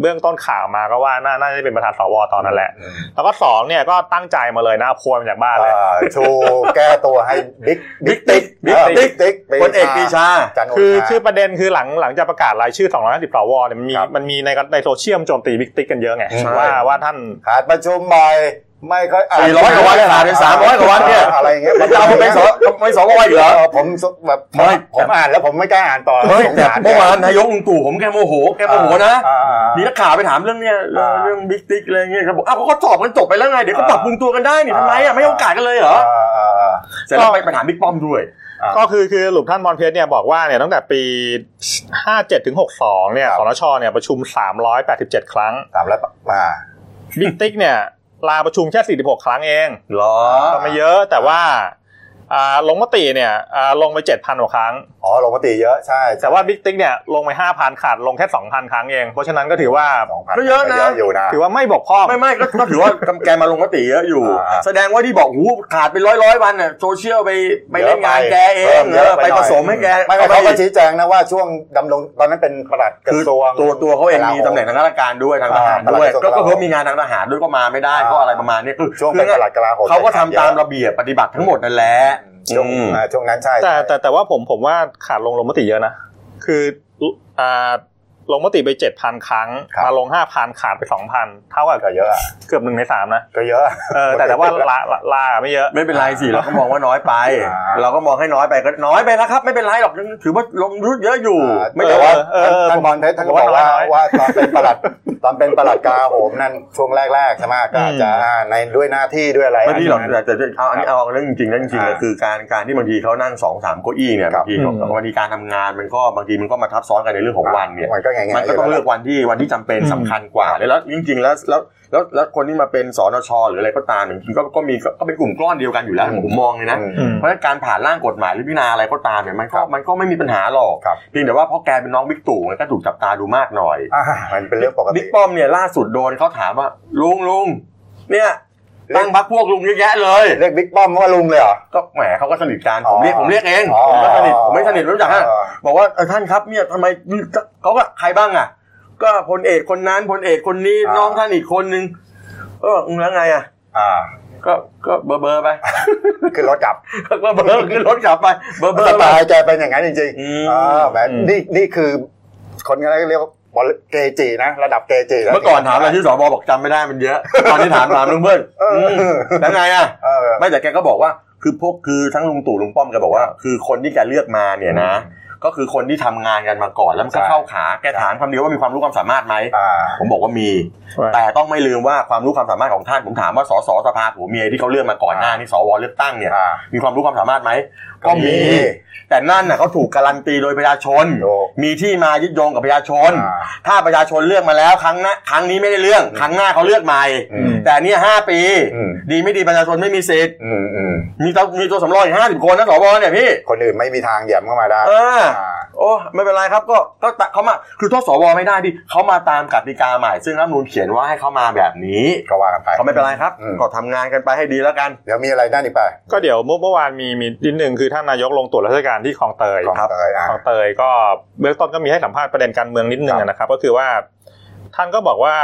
เบื้องต้นข่าวมาก็ว่าน่าน่าจะเป็นประธานสวตอนนั้นแหละ แล้วก็สองเนี่ยก็ตั้งใจมาเลยหน้าโพยมาจากบ้าน เอ่ เลย อชูแก้ตัวให้บิ๊ก บิ๊กติ๊กบิ๊กเออติ๊กบิ๊กติ๊ก พลเอกปรีชา จันทร์โอ คือ ชา คือประเด็นคือหลังหลังจากประกาศรายชื่อ250สวเนี่ยมันมี ครับ มันมีในในโซเชียลโจมตีบิ๊กติ๊กกันเยอะไง ใช่ ว่าว่าท่าน ขาดประชุมหน่อยไม่ค่อยะ สี่ร้อยกว่าวันขาดไปสามร้อยกว่าวันเนี่ย อะไรอย่างเงี้ย แล้วจะเอาไปเป็นสไม่สวอีกเหรอ เออผมแบบผ ไม่ มผมอ่านแล้วผมไม่กล้าอ่านต่อ เฮ้ย สง แต่ สร เมื่อวานนายกลุงตู่ผมแกโมโหแกโมโหนะ อ่าอ่า มีนักข่าวไปถามเรื่องเนี้ยเรื่อง อ่า เรื่องบิ๊กติ๊กอะไรเงี้ยครับบอกอ้าวเขาก็สอบกันจบไปแล้วไงเดี๋ยวก็ปรับปรุงตัวกันได้นี่ อ่า ทำไมอ่ะไม่ให้โอกาสกันเลยเหรอ อ่าอ่าอ่า เสร็จแล้วไปไปถามบิ๊กป้อมด้วย ครับ ก็คือคือหลุมท่านบอลเพชรเนี่ยบอกว่าเนี่ยตั้งแต่ปี 57ถึง62เนี่ย ครับ สนชเนี่ยประชุม 387 ครั้ง สามร้อยมา บิ๊กติ๊กเนี่ยลาประชุมแค่46 ครั้งเอง เหรอ ก็ไม่เยอะแต่ว่าอ่าลงมติเนี่ยอ่าลงไป 7,000กว่าครั้ง อ๋อลงมติเยอะใช่ แต่ว่าบิ๊กติ๊กเนี่ยลงไป 5,000 ขาดลงแค่ 2,000 ครั้งเอง เพราะฉะนั้นก็ถือว่า สองพัน ก็เยอะนะ เยอะอยู่นะ ถือว่าไม่บกพร่อง ไม่ไม่ก็ก็ถือว่าแกมาลงมติเยอะอยู่ อ่า แสดงว่าที่บอกหูขาดไปร้อยร้อยวันน่ะโซเชียลไปไป เยอะ เล่นงาน ไป แกเอ เพิ่ ง ม เอ เยอะ อ ไป ไป หน่อย ผสมให้แก ไม่ไม่เขาก็ชี้แจงนะว่าช่วงดำรงตอนนั้นเป็นประหลัดกระ คือ ทรวง ตัวตัวเขาเองมีตำแหน่งทางราชการด้วยทางทหาร อ่า ด้วย ตำแหน่ง ก็ก็ กระทรวงกลาโหม เขามีงานทางทหารด้วยก็มาไม่ได้เพราะอะไรประมาณนี้คือ ช่วงเป็นประหลัดกลาโหม เขาก็ทำตามระเบียบปฏิบัติทั้งหมดนั่นแหละ ช่วง อืม อ่าช่วงนั้นใช่ แต่แต่แต่ว่าผมผมว่าขาดลงลงมติเยอะนะคืออ่าลงมติไป 7,000 ครั้งมาลง 5,000 ขาดไป 2,000 เท่ากับ ก็เยอะอะ เกือบหนึ่งในสามนะ ก็เยอะอะ เออแต่แต่ว่าลาลาลาไม่เยอะ ไม่เป็นไรสิเราก็มองว่าน้อยไป อ่า เราก็มองให้น้อยไปก็น้อยไปนะครับ ไม่เป็นไรหรอกยังถือว่าลงรุดเยอะอยู่ อ่า ไม่ แต่ แต่ ว่า ว่า เออเออ ท่านบอลเพชรท่านก็บอกว่า ผมว่าน้อย ว่าตอนเป็นประหลัด ตอนเป็นประหลัดกลาโหมนั่นช่วงแรกๆใช่ไหมก็อาจจะ อืม อ่าในด้วยหน้าที่ด้วยอะไร ไม่ที่หรอกแต่แต่เอาอันนี้เอาเรื่องจริงๆนะจริงอ่าๆเลยคือการการที่บางทีเขานั่งสองสามเก้าอี้เนี่ย ครับบางทีเขา อืม บางทีการทำงานมันก็บางทีมันก็มาทับซ้อนกันในเรื่องของวันเนี่ย มันก็ง่ายๆ มันก็ต้อง ยู่ เลื แว อกวันที่วันที่จำเป็น อืม สำคัญกว่าแล้วแล้วจริง ๆ แล้วแล้วแล้วแล้วคนที่มาเป็นสนชหรืออะไรก็ตามเนี่ยจริงๆก็ก็มีก็ก็เป็นกลุ่มก้อนเดียวกันอยู่แล้ว อืม ผมมองเลยนะ อืม อืม เพราะฉะนั้นการผ่านร่างกฎหมายหรือพิจารณาอะไรก็ตามเนี่ยมันคก็รับ มันก็ไม่มีปัญหาหรอก ครับ เพียงแต่ว่าเพราะแกเป็นน้องบิ๊กตู่มันก็ถูกจับตาดูมากหน่อย อ่ามันเป็นเรื่องปกติ บิ๊กป้อมเนี่ยล่าสุดโดนเขาถามว่าลุงลุงเนี่ยตั้งพรรคพวกลุงเยอะแยะเลย เรียกบิ๊กป้อมว่าลุงเลยเหรอ ก็แหมเขาก็สนิทกัน อ๋ ผ อ มเรียกผมเรียกเอง อ๋อ ผมก็สนิทผมไม่สนิทไม่รู้จักฮะ อ๋อ บอกว่าเออท่านครับเนี่ยทำไมเขาก็ใครบ้างอ่ะ ก็พลเอกคนนั้นพลเอกคนนี้ อ่า น้องท่านอีกคนนึงก็บอกอืมแล้วไงอ่ะ อ่า ก็ก็เบอร์เบอร์ไป คือรถกลับ ก็เบอร์ขึ้นรถกลับไปเบอร์เบอ ส ร์ไป ไตล์แกเป็นอย่างนั้นจริง อืม ๆอ่าแบบนี่นี่คือ คนก็เรียกว่าบอลเกจินะ ระดับเกจิแล้ว เมื่อก่อนถามอะไรที่สวบอกจำไม่ได้มันเยอะ ตอนที่ถามถามลุงเบิ้ล เออ อืมแล้วไงอ่ะ เออ ไม่แต่แกก็บอกว่าคือพวกคือทั้งลุงตู่ลุงป้อมแกบอกว่า คือคนที่แกเลือกมาเนี่ยนะ ก็คือคนที่ทำงานกันมาก่อนแล้วมันก็ ใช่ เข้าขาแกถามคำเดียวว่ามีความรู้ความสามารถไหม อ่า ผมบอกว่ามี Right. แต่ต้องไม่ลืมว่าความรู้ความสามารถของท่านผมถามว่าสสสภาผัวเมียที่เขาเลือกมาก่อนหน้านี้สวเลือกตั้งเนี่ย อ่า มีความรู้ความสามารถไหมก็มี แต่นั่นน่ะเขาถูกการันตีโดยประชาชน โยก มีที่มายึดโยงกับประชาชน อ่า ถ้าประชาชนเลือกมาแล้วครั้งหน้าครั้งนี้ไม่ได้เรื่องครั้งหน้าเขาเลือกใหม่ อืม แต่เนี่ยห้าปี อืม ดีไม่ดีประชาชนไม่มีสิทธิ์ อืมอืม มีตัวมีตัวสำรองอีกห้าสิบคนนะสวเนี่ยพี่ คนอื่นไม่มีทางเหยียบเข้ามาได้ เออ อ่า โอ้ไม่เป็นไรครับก็ก็ตะเขามาคือโทษสวไม่ได้ดิเขามาตามกติกาใหม่ ซึ่งรัฐธรรมนูลเขียนว่าให้เขามาแบบนี้ ก็ว่ากันไป เขาไม่เป็นไรครับ อืม ก็ทำงานกันไปให้ดีแล้วกัน เดี๋ยวมีอะไรด้านอีกไป ก็เดี๋ยวเมื่อเมื่อวานมีมีนิดนึงคือท่านนายกลงตรวจราชการที่คลองเตย ของ ครับ เตยอ่ะ คลองเตยก็เบื้องต้นก็มีให้สัมภาษณ์ประเด็นการเมืองนิดนึง ครับ นะครับ ก็คือว่า ท่านก็บอกว่า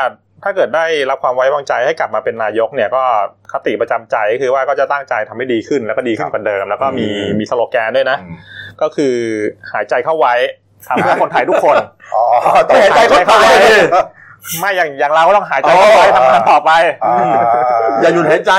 ถ้าเกิดได้รับความไว้วางใจให้กลับมาเป็นนายกเนี่ยก็คติประจำใจก็คือว่าก็จะตั้งใจทำให้ดีขึ้นแล้วก็ดีขึ้นกว่าเดิม แล้วก็มีมีสโลแกนด้วยนะ อืม ก็คือหายใจเข้าไว้ทำเพื่อคนไทยทุกคน อ๋อ แต่หายใจเข้าไป *laughs* ไม่อย่างอย่างเราก็ต้องหายใจเข้าไว้ทำงานต่อไป อ่า อย่าหยุดหายใจ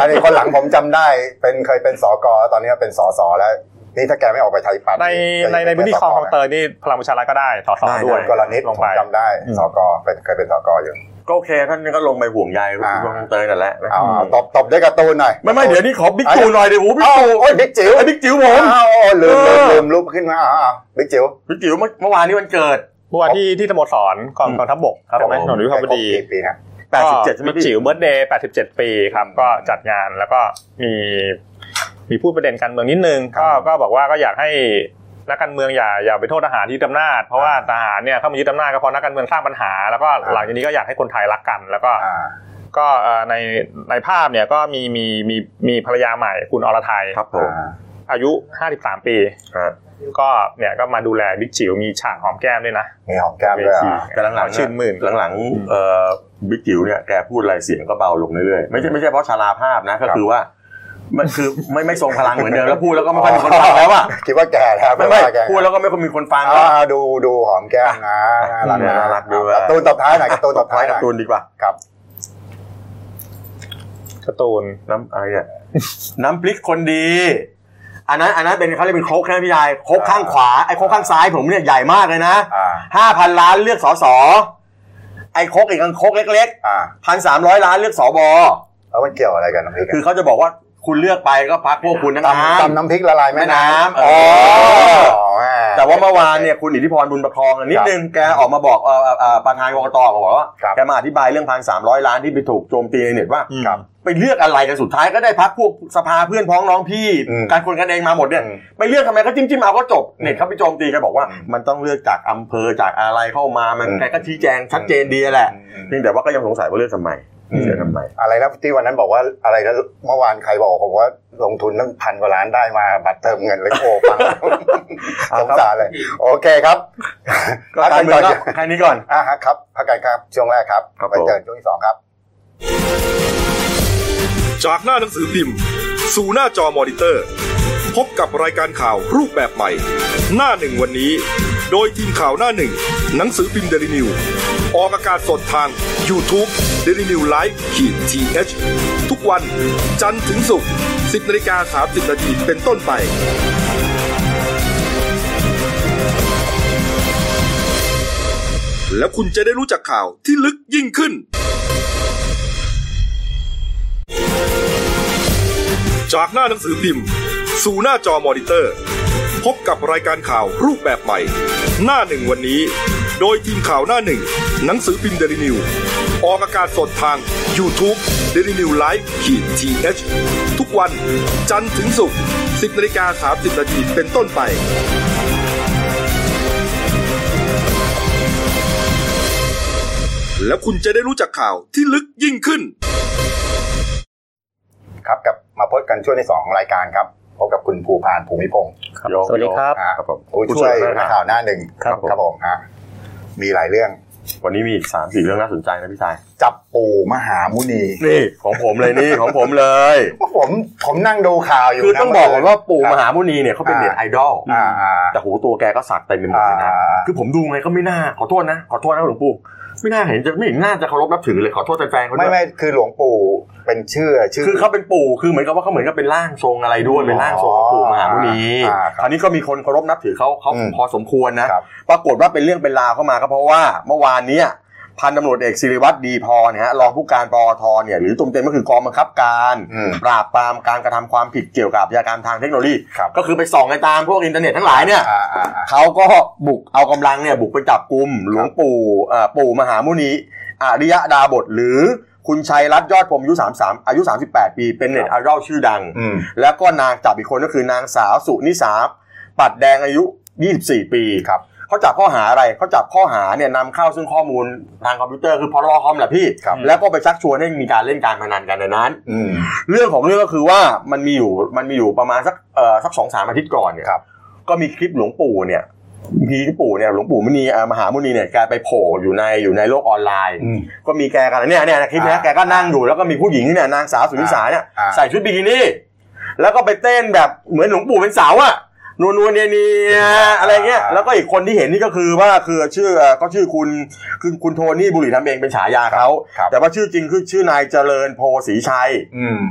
อันนี้คนหลังผมจำได้ เป็นเคยเป็นสกตอนนี้เป็นสสแล้ว นี่ถ้าแกไม่ออกไปไทยปัตย์ ใน จะ ในในพื้นที่คลองคลองเต ส ยนี่พลังประชารัฐก็ได้สอสอ ได้ ก ด้วย กรณิต ลง ผม ไป จำได้ อืม สกเป็นเคยเป็นสกอยู่ ก็โอเคท่านก็ลงไปห่วงใย อ่า คุณคงเตยนั่นแหละ เอาเอาตบตบด้วยการ์ตูนหน่อย ไม่ไม่เดี๋ยวนี้ขอบิ๊กตูหน่อยดิโอ้โหบิ๊ก เอ้า ตู โอ้ยบิ๊กจิ๋ว ไอ้บิ๊กจิ๋วผม อ้าวโอ้ลืม เอ ลืมลือมรูปขึ้นมาอ้าวอ้าวบิ๊กจิ๋ว บิ๊กจิ๋วเมื่อเมื่อวานนี้วันเกิด เมื่อวานที่ที่สโมสรกอง อืม กองทัพบก ครับ ใช่ไหม ผม ถนนวิภาวดี ใกล้ครบกี่ปีครับ 87ใช่ไหม มี พี่ จิ๋วเบิร์ดเดย์87 ปีครับก็จัดงานแล้วก็มีมีพูดประเด็นการเมืองนิดนึงก็ก็บอกว่าก็อยากให้นักการเมืองอย่าอย่าไปโทษทหารที่ยึดอำนาจเพราะว่าทหารเนี่ยเข้ามายึดอำนาจก็เพราะนักการเมืองสร้างปัญหา แล้วก็หลังจากนี้ก็อยากให้คนไทยรักกัน แล้วก็ อ่า ก็เอ่อในในภาพเนี่ยก็มีมีมีมีภรรยาใหม่คุณอรไทย ครับผม อายุ 53 ปี ฮะ ก็เนี่ยก็มาดูแลบิ๊กจิ๋วมีฉากหอมแก้มด้วยนะ มีหอมแก้มด้วยอ่ะ *laughs* แต่หลังๆ ชื่นมื่น หลังๆเอ่อบิ๊กจิ๋วเนี่ยแกพูดอะไรเสียงก็เบาลงเรื่อยๆไม่ใช่ไม่ใช่เพราะชราภาพนะก็คือว่า มันคือไม่ไม่ทรงพลังเหมือนเดิมแล้วพูดแล้วก็ไม่ค่อยมีคนฟังแล้วอ่ะ คิดว่าแกแล้ว ไม่ไม่ ว่าแก พูดแล้วก็ไม่ค่อยมีคนฟังแล้ว อ่าดูดูหอมแก้มนะน่ารักนะ น่ารักด้วย การ์ตูนตบท้ายหน่อยการ์ตูนตบท้ายห กับ น่อย ตูนดีกว่า ครับ การ์ตูน น้ำอะไรเนี่ยน้ำพริกคนดี อันนั้นอันนั้นเป็นเขาเรียกเป็นโครกใช่ไหมพี่ยายโครกข้างขวาไอ้โครกข้างซ้ายผมเนี่ยใหญ่มากเลยนะ อ่า ห้าพันล้านเลือกสสไอ้โคกอีกอันโคกเล็ก อ่า ๆพันสามร้อยล้านเลือกสว แล้วมันเกี่ยวอะไรกันน้ำพริก คือเขาจะบอกว่าคุณเลือกไปก็พักพวกคุณทั้ง ตำ นั้น ตำน้ำพริกละลายแม่น้ แม่น้ำ ำอ๋อแม่ แต่ว่าเมื่อวานเนี่ยคุณอิทธิพรบุญประคองนิดนึงแกออกมาบอกเอ่อเอ่อเอ่อประธานกรกตบอกว่าแกมาอธิบายเรื่องพันสามร้อยล้านที่ไปถูกโจมตีในเน็ตว่า ครับ ไปเลือกอะไรกันสุดท้ายก็ได้พักพวกสภาเพื่อนพ้องน้องพี่ อืม การคนกันเองมาหมดเนี่ย อืม ไปเลือกทำไมก็จิ้มจิ้มๆเอาก็จบ อืม เน็ตเขาไปโจมตีกันบอกว่า อืม มันต้องเลือกจากอำเภอจากอะไรเข้ามามัน อืม แกก็ชี้แจงชัดเจนดีแหละ อืม เพียงแต่ว่าก็ยังสงสัยว่าเลือกทำไมเลือกทำไม อะไรนะที่วันนั้นบอกว่าอะไรนะเมื่อวานใครบอกผมว่าลงทุนตั้งพันกว่าล้านได้มาบัตรเติมเงินเลยโอ้ฟัง *laughs* เอา ส ครับ งสารเลย โอเคครับ ก็ พัก กา กั ร น เมื ก่ อ อง น ก็แค่นี้ก่อน อ่ะครับพักกันครับช่วงแรกครับ ครับผม ไปเจอช่วงที่สองครับ จากหน้าหนังสือพิมพ์ สู่หน้าจอมอนิเตอร์ พบกับรายการข่าวรูปแบบใหม่ หน้าหนึ่งวันนี้ โดยทีมข่าวหน้าหนึ่ง หนังสือพิมพ์เดลิวิวออกอากาศสดทาง YouTube d e l i n e w l i v e ขีดทีทุกวันจันทร์ถึงศุกร์10นาฬิกา30นาทีเป็นต้นไป แล้วคุณจะได้รู้จักข่าวที่ลึกยิ่งขึ้น จากหน้าหนังสือพิมพ์ สู่หน้าจอมอนิเตอร์ พบกับรายการข่าวรูปแบบใหม่ หน้าหนึ่งวันนี้ โดยทีมข่าวหน้าหนึ่ง หนังสือพิมพ์เดลิวิวออกอากาศสดทาง YouTube d e l i n e w l i v e ขีดทีทุกวันจันทร์ถึงศุกร์10นาฬิกา30นาทีเป็นต้นไป แล้วคุณจะได้รู้จักข่าวที่ลึกยิ่งขึ้น ครับกลับมาพบกันช่วงที่สองของรายการครับพบกับคุณภูพานภูมิพงศ์ โยก สวัสดีครับ อ่า ครับผม ผู้ ผู้ ช่วย ด้นะ ข่าวหน้าหนึ่ง ครับ ครับผมฮะมีหลายเรื่อง วันนี้มีอีกสามสี่เรื่องน่าสนใจนะพี่ชาย จับปู่มหามุนี นี่ของผมเลย *laughs* นี่ของผมเลย ว่าผมผมนั่งดูข่าวอยู่ คือ นะ ต้องบอกก่อนว่า เมื่ ปู่ คืน มหามุนีเนี่ยเขาเป็นเน็ตไอดอล อ่าอ่า แต่โหตัวแกก็สักเต็มไปหมดเลยนะ อ่า คือผมดูไงก็ไม่น่า ขอโทษนะ ขอโทษนะหลวงปู่ ไม่น่าเห็นจะไม่เห็นน่าจะเคารพนับถือเลย ขอโทษแฟนๆเขาด้ ไม่ วย ไม่คือหลวงปู่ เป็นชื่อชื่อ คือเขาเป็นปู่คือเหมือนกับว่าเขาเหมือนกับเป็นร่างทรงอะไรด้วยเป็นร่างทรงของปู่มหามุนี อ่าครับ คราวนี้ก็มีคนเคารพนับถือเขาเขา อืม พอสมควรนะ ครับ ปรากฏว่าเป็นเรื่องเป็นราวเข้ามาก็เพราะว่าเมื่อวานเนี้ยพันตำรวจเอกสิริวัตรดีพรนะฮะรองผู้การปอทเนี่ยหรือตุ่มเต็มก็คือกองบังคับการ อืม ปราบปรามการกระทำความผิดเกี่ยวกับยาการมทางเทคโนโลยี ครับ ก็คือไปส่องในตามพวกอินเทอร์เน็ตทั้งหลายเนี่ย อ่าอ่าอ่า เขาก็บุกเอากำลังเนี่ยบุกไปจับกลุ่มหลวงปู่เอ่อปู่มหามุนีอริยดาบทหรือคุณชัยรัตน์ยอดพรหมอายุ33อายุ 38 ปีเป็นเน็ตไอดอลชื่อดัง อืม แล้วก็นางจับอีกคนก็คือนางสาวสุนิสา ปัดแดงอายุ 24 ปี ครับ เขาจับข้อหาอะไรเขาจับข้อหาเนี่ยนำเข้าซึ่งข้อมูลทางคอมพิวเตอร์คือพรบคอมแหละพี่ ครับ แล้วก็ไปชักชวนให้มีการเล่นการพนันกันในนั้น อืม เรื่องของเรื่องก็คือว่ามันมีอยู่มันมีอยู่ประมาณสักเอ่อสักสองสามอาทิตย์ก่อนเนี่ย ครับ ก็มีคลิปหลวงปู่เนี่ยมีคลิปปู่เนี่ยหลวงปู่มุนีเอ่อมหามุนีเนี่ยแกไปโผล่อยู่ในอยู่ในโลกออนไลน์ อืม ก็มีแกกันเนี่ยเนี่ยคลิปเนี้ย อ่า แกก็นั่งอยู่แล้วก็มีผู้หญิงเนี่ยนางสาวสุนิสาเนี่ย อ่า ใส่ชุดบิกินี่ แล้วก็ไปเต้นแบบเหมือนหลวงปู่เป็นสาวอะนวลนวลเนียเนียอะไรเงี้ยแล้วก็อีกคนที่เห็นนี่ก็คือว่าคือชื่อเอ่อก็ชื่อคุณคือคุณโทนี่บุหรี่ทำเองเป็นฉายาเขา ครับ แต่ว่าชื่อจริงคือชื่อนายเจริญโพศรีชัย อืม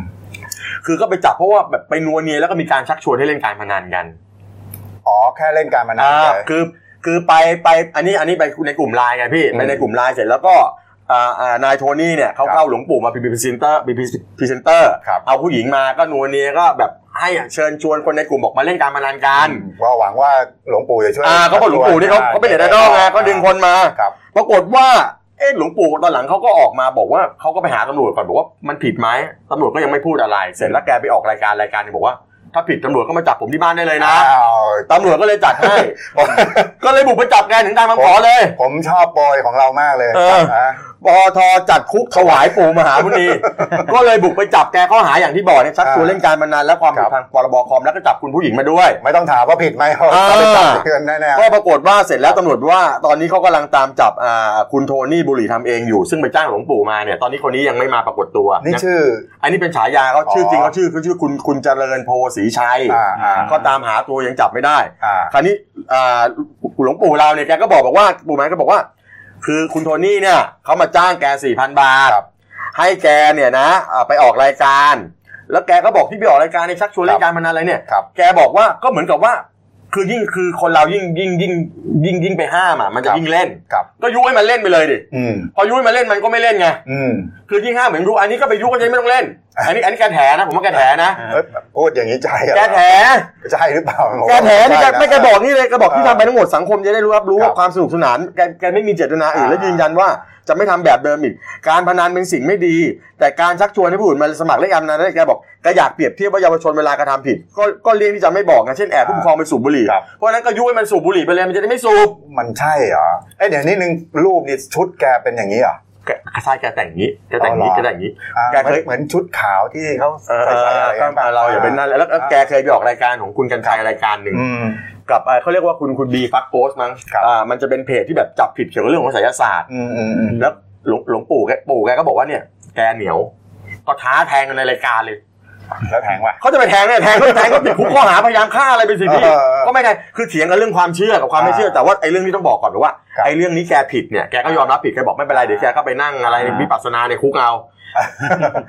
คือก็ไปจับเพราะว่าแบบไปนวลเนียแล้วก็มีการชักชวนให้เล่นการพนันกัน อ๋อ แค่เล่นการมานา อ่าน เลย คือคือไปไปอันนี้อันนี้ไปในกลุ่มไลน์ไงพี่ อืม ไปในกลุ่มไลน์เสร็จแล้วก็อ่าอ่านายโทนี่เนี่ยเขา ครับ เข้าหลวงปู่มาเป็นพรีเซนเตอร์เป็นพรีเซนเตอร์ ครับ เอาผู้หญิงมาก็นวลเนียก็แบบให้เชิญชวนคนในกลุ่มบอกมาเล่นการพนันกัน ก็หวังว่าหลวงปู่จะช่วย อ่าเขาบอกหลวงปู่นี่เขาเขาเป็นเด็กไอดอลไงก็ดึงคนมา ครับ ปรากฏว่าเอ๊ะหลวงปู่ตอนหลังเขาก็ออกมาบอกว่าเขาก็ไปหาตำรวจก่อนบอกว่ามันผิดไหมตำรวจก็ยังไม่พูดอะไร เสร็จแล้วแกไปออกรายการรายการหนึงบอกว่า ถ้าผิดตำรวจก็มาจับผมที่บ้านได้เลยนะ อ้าว ตำรวจก็เลยจัดให้ ก็เลยบุกไปจับแกถึงตามคำขอเลย ผมชอบโปรยของเรามากเลย เออ ครับ ปอทจัดคุกถวายปู่มหามุนี ก็เลยบุกไปจับแกข้อหาอย่างที่บอกเนี่ยชักชวนเล่นการพนันและความคผิดรับ ทางพรบคอมแล้วก็จับคุณผู้หญิงมาด้วย ไม่ต้องถามว่าผิดไหมเขา อ่า เขาไปจับเพื่อนแน่ ก็ปรากฏว่าเสร็จแล้วตำรวจว่าตอนนี้เขากำลังตามจับอ่าคุณโทนี่บุหรี่ทำเองอยู่ซึ่งไปจ้างหลวงปู่มาเนี่ยตอนนี้คนนี้ยังไม่มาปรากฏตัว ๆ นี่ นะ ชื่อ อันนี้เป็นฉายาเขา อ๋อ ชื่อจริงเขาชื่อเขาชื่อคุณคุณเจริญโพศรีชัย อ่าอ่า ก็ตามหาตัวยังจับไม่ได้ อ่า คราวนี้อ่าหลวงปู่เราเนี่ยแกก็บอกบอกว่าปู่ไม้ก็บอกว่า คือคุณโทนี่เนี่ยเขามาจ้างแกสี่พันบาท ครับ ให้แกเนี่ยนะอ่าไปออกรายการ แล้วแกก็บอกที่ไปออกรายการในยชักชวนเล่นการพนันอะไรเนี่ย ครับ แกบอกว่าก็เหมือนกับว่า คือยิ่งคือคนเรายิ่งยิ่งยิ่งยิ่งยิ่งไปห้ามอ่ะมันคจะรับ ยิ่งเล่น ครับ ก็ยุให้มันเล่นไปเลยดิ อืม พอยุให้มันเล่นมันก็ไม่เล่นไง อืม คือยิ่งห้ามเหมือนยุอันนี้ก็ไปยุก็จะไม่ต้องเล่น อันนี้อันนี้แกแถนะผมว่าแกแถนะ เอ้ยพูดอย่างนี้ใจเหรอ แกแถ ใช่หรือเปล่า แกแถนี่แก ใช่ะ ไม่แกบอกนี่เลยแกบอกที่ อ่า ทำไปทั้งหมดสังคมจะได้รู้รับรู้ ครั ว่า บ ความสนุกสนานแกแกไม่มีเจตนาอื่น อ่า และยืนยันว่าจะไม่ทำแบบเดิมอีกการพนันเป็นสิ่งไม่ดี แต่การชักชวนให้ผู้อื่นมาสมัครเล่นการพนันได้แกบอกแกอยากเปรียบเทียบว่าเยาวชนเวลากระทำผิด ก็ก็เลี่ยงที่จะไม่บอกนะเช่นแอบผู้ปกครองไปสูบบุหรี่ ครับ เพราะฉะนั้นก็ยุให้มันสูบบุหรี่ไปเลยมันจะได้ไม่สูบ มันใช่เหรอเอ้ยเดี๋ยวนี้นึงรูปนี่ชุดแกเป็นอย่างนี้เหรอ แกกระชายแกแต่งอย่างนี้แกแต่งอย่างนี้ อ๋ แก อเหรอ แต่งอย่างนี้ อ่า แกเคย เหมือนชุดขาวที่เขา เออ ใส่ๆอะไร ก็ ปะ เราอย่าเป็นนั่นแล้วแล้วแกเคยไปออกรายการของคุณกันชัยรายการหนึ่ง อืม กับเอ่อเขาเรียกว่าคุณคุณบีฟักโพสมั้ง ครับ อ่ามันจะเป็นเพจที่แบบจับผิดเกี่ยวกับเรื่องของไสยศาสตร์ อืมอืมอืม แล้วหลวงหลวงปู่แกปู่แกก็บอกว่าเนี่ยแกเหนียว ก็ท้าแทงกันในรายการเลย แล้วแพงว่ะ เขาจะไปแทงเนี่ยแทงก็แทงก็ติดคุกข้อหาพยายามฆ่าอะไรไปสิพี่ เออเออ ก็ไม่ได้คือเถียงกันเรื่องความเชื่อกับความไม่เชื่อ อ่า แต่ว่าไอ้เรื่องนี้ต้องบอกก่อนว่า ครับ ไอ้เรื่องนี้แกผิดเนี่ยแกก็ยอมรับผิดแกบอกไม่เป็นไรเดี๋ยวแกก็ไปนั่งอะไร อ่า วิปัสสนาในคุกเอา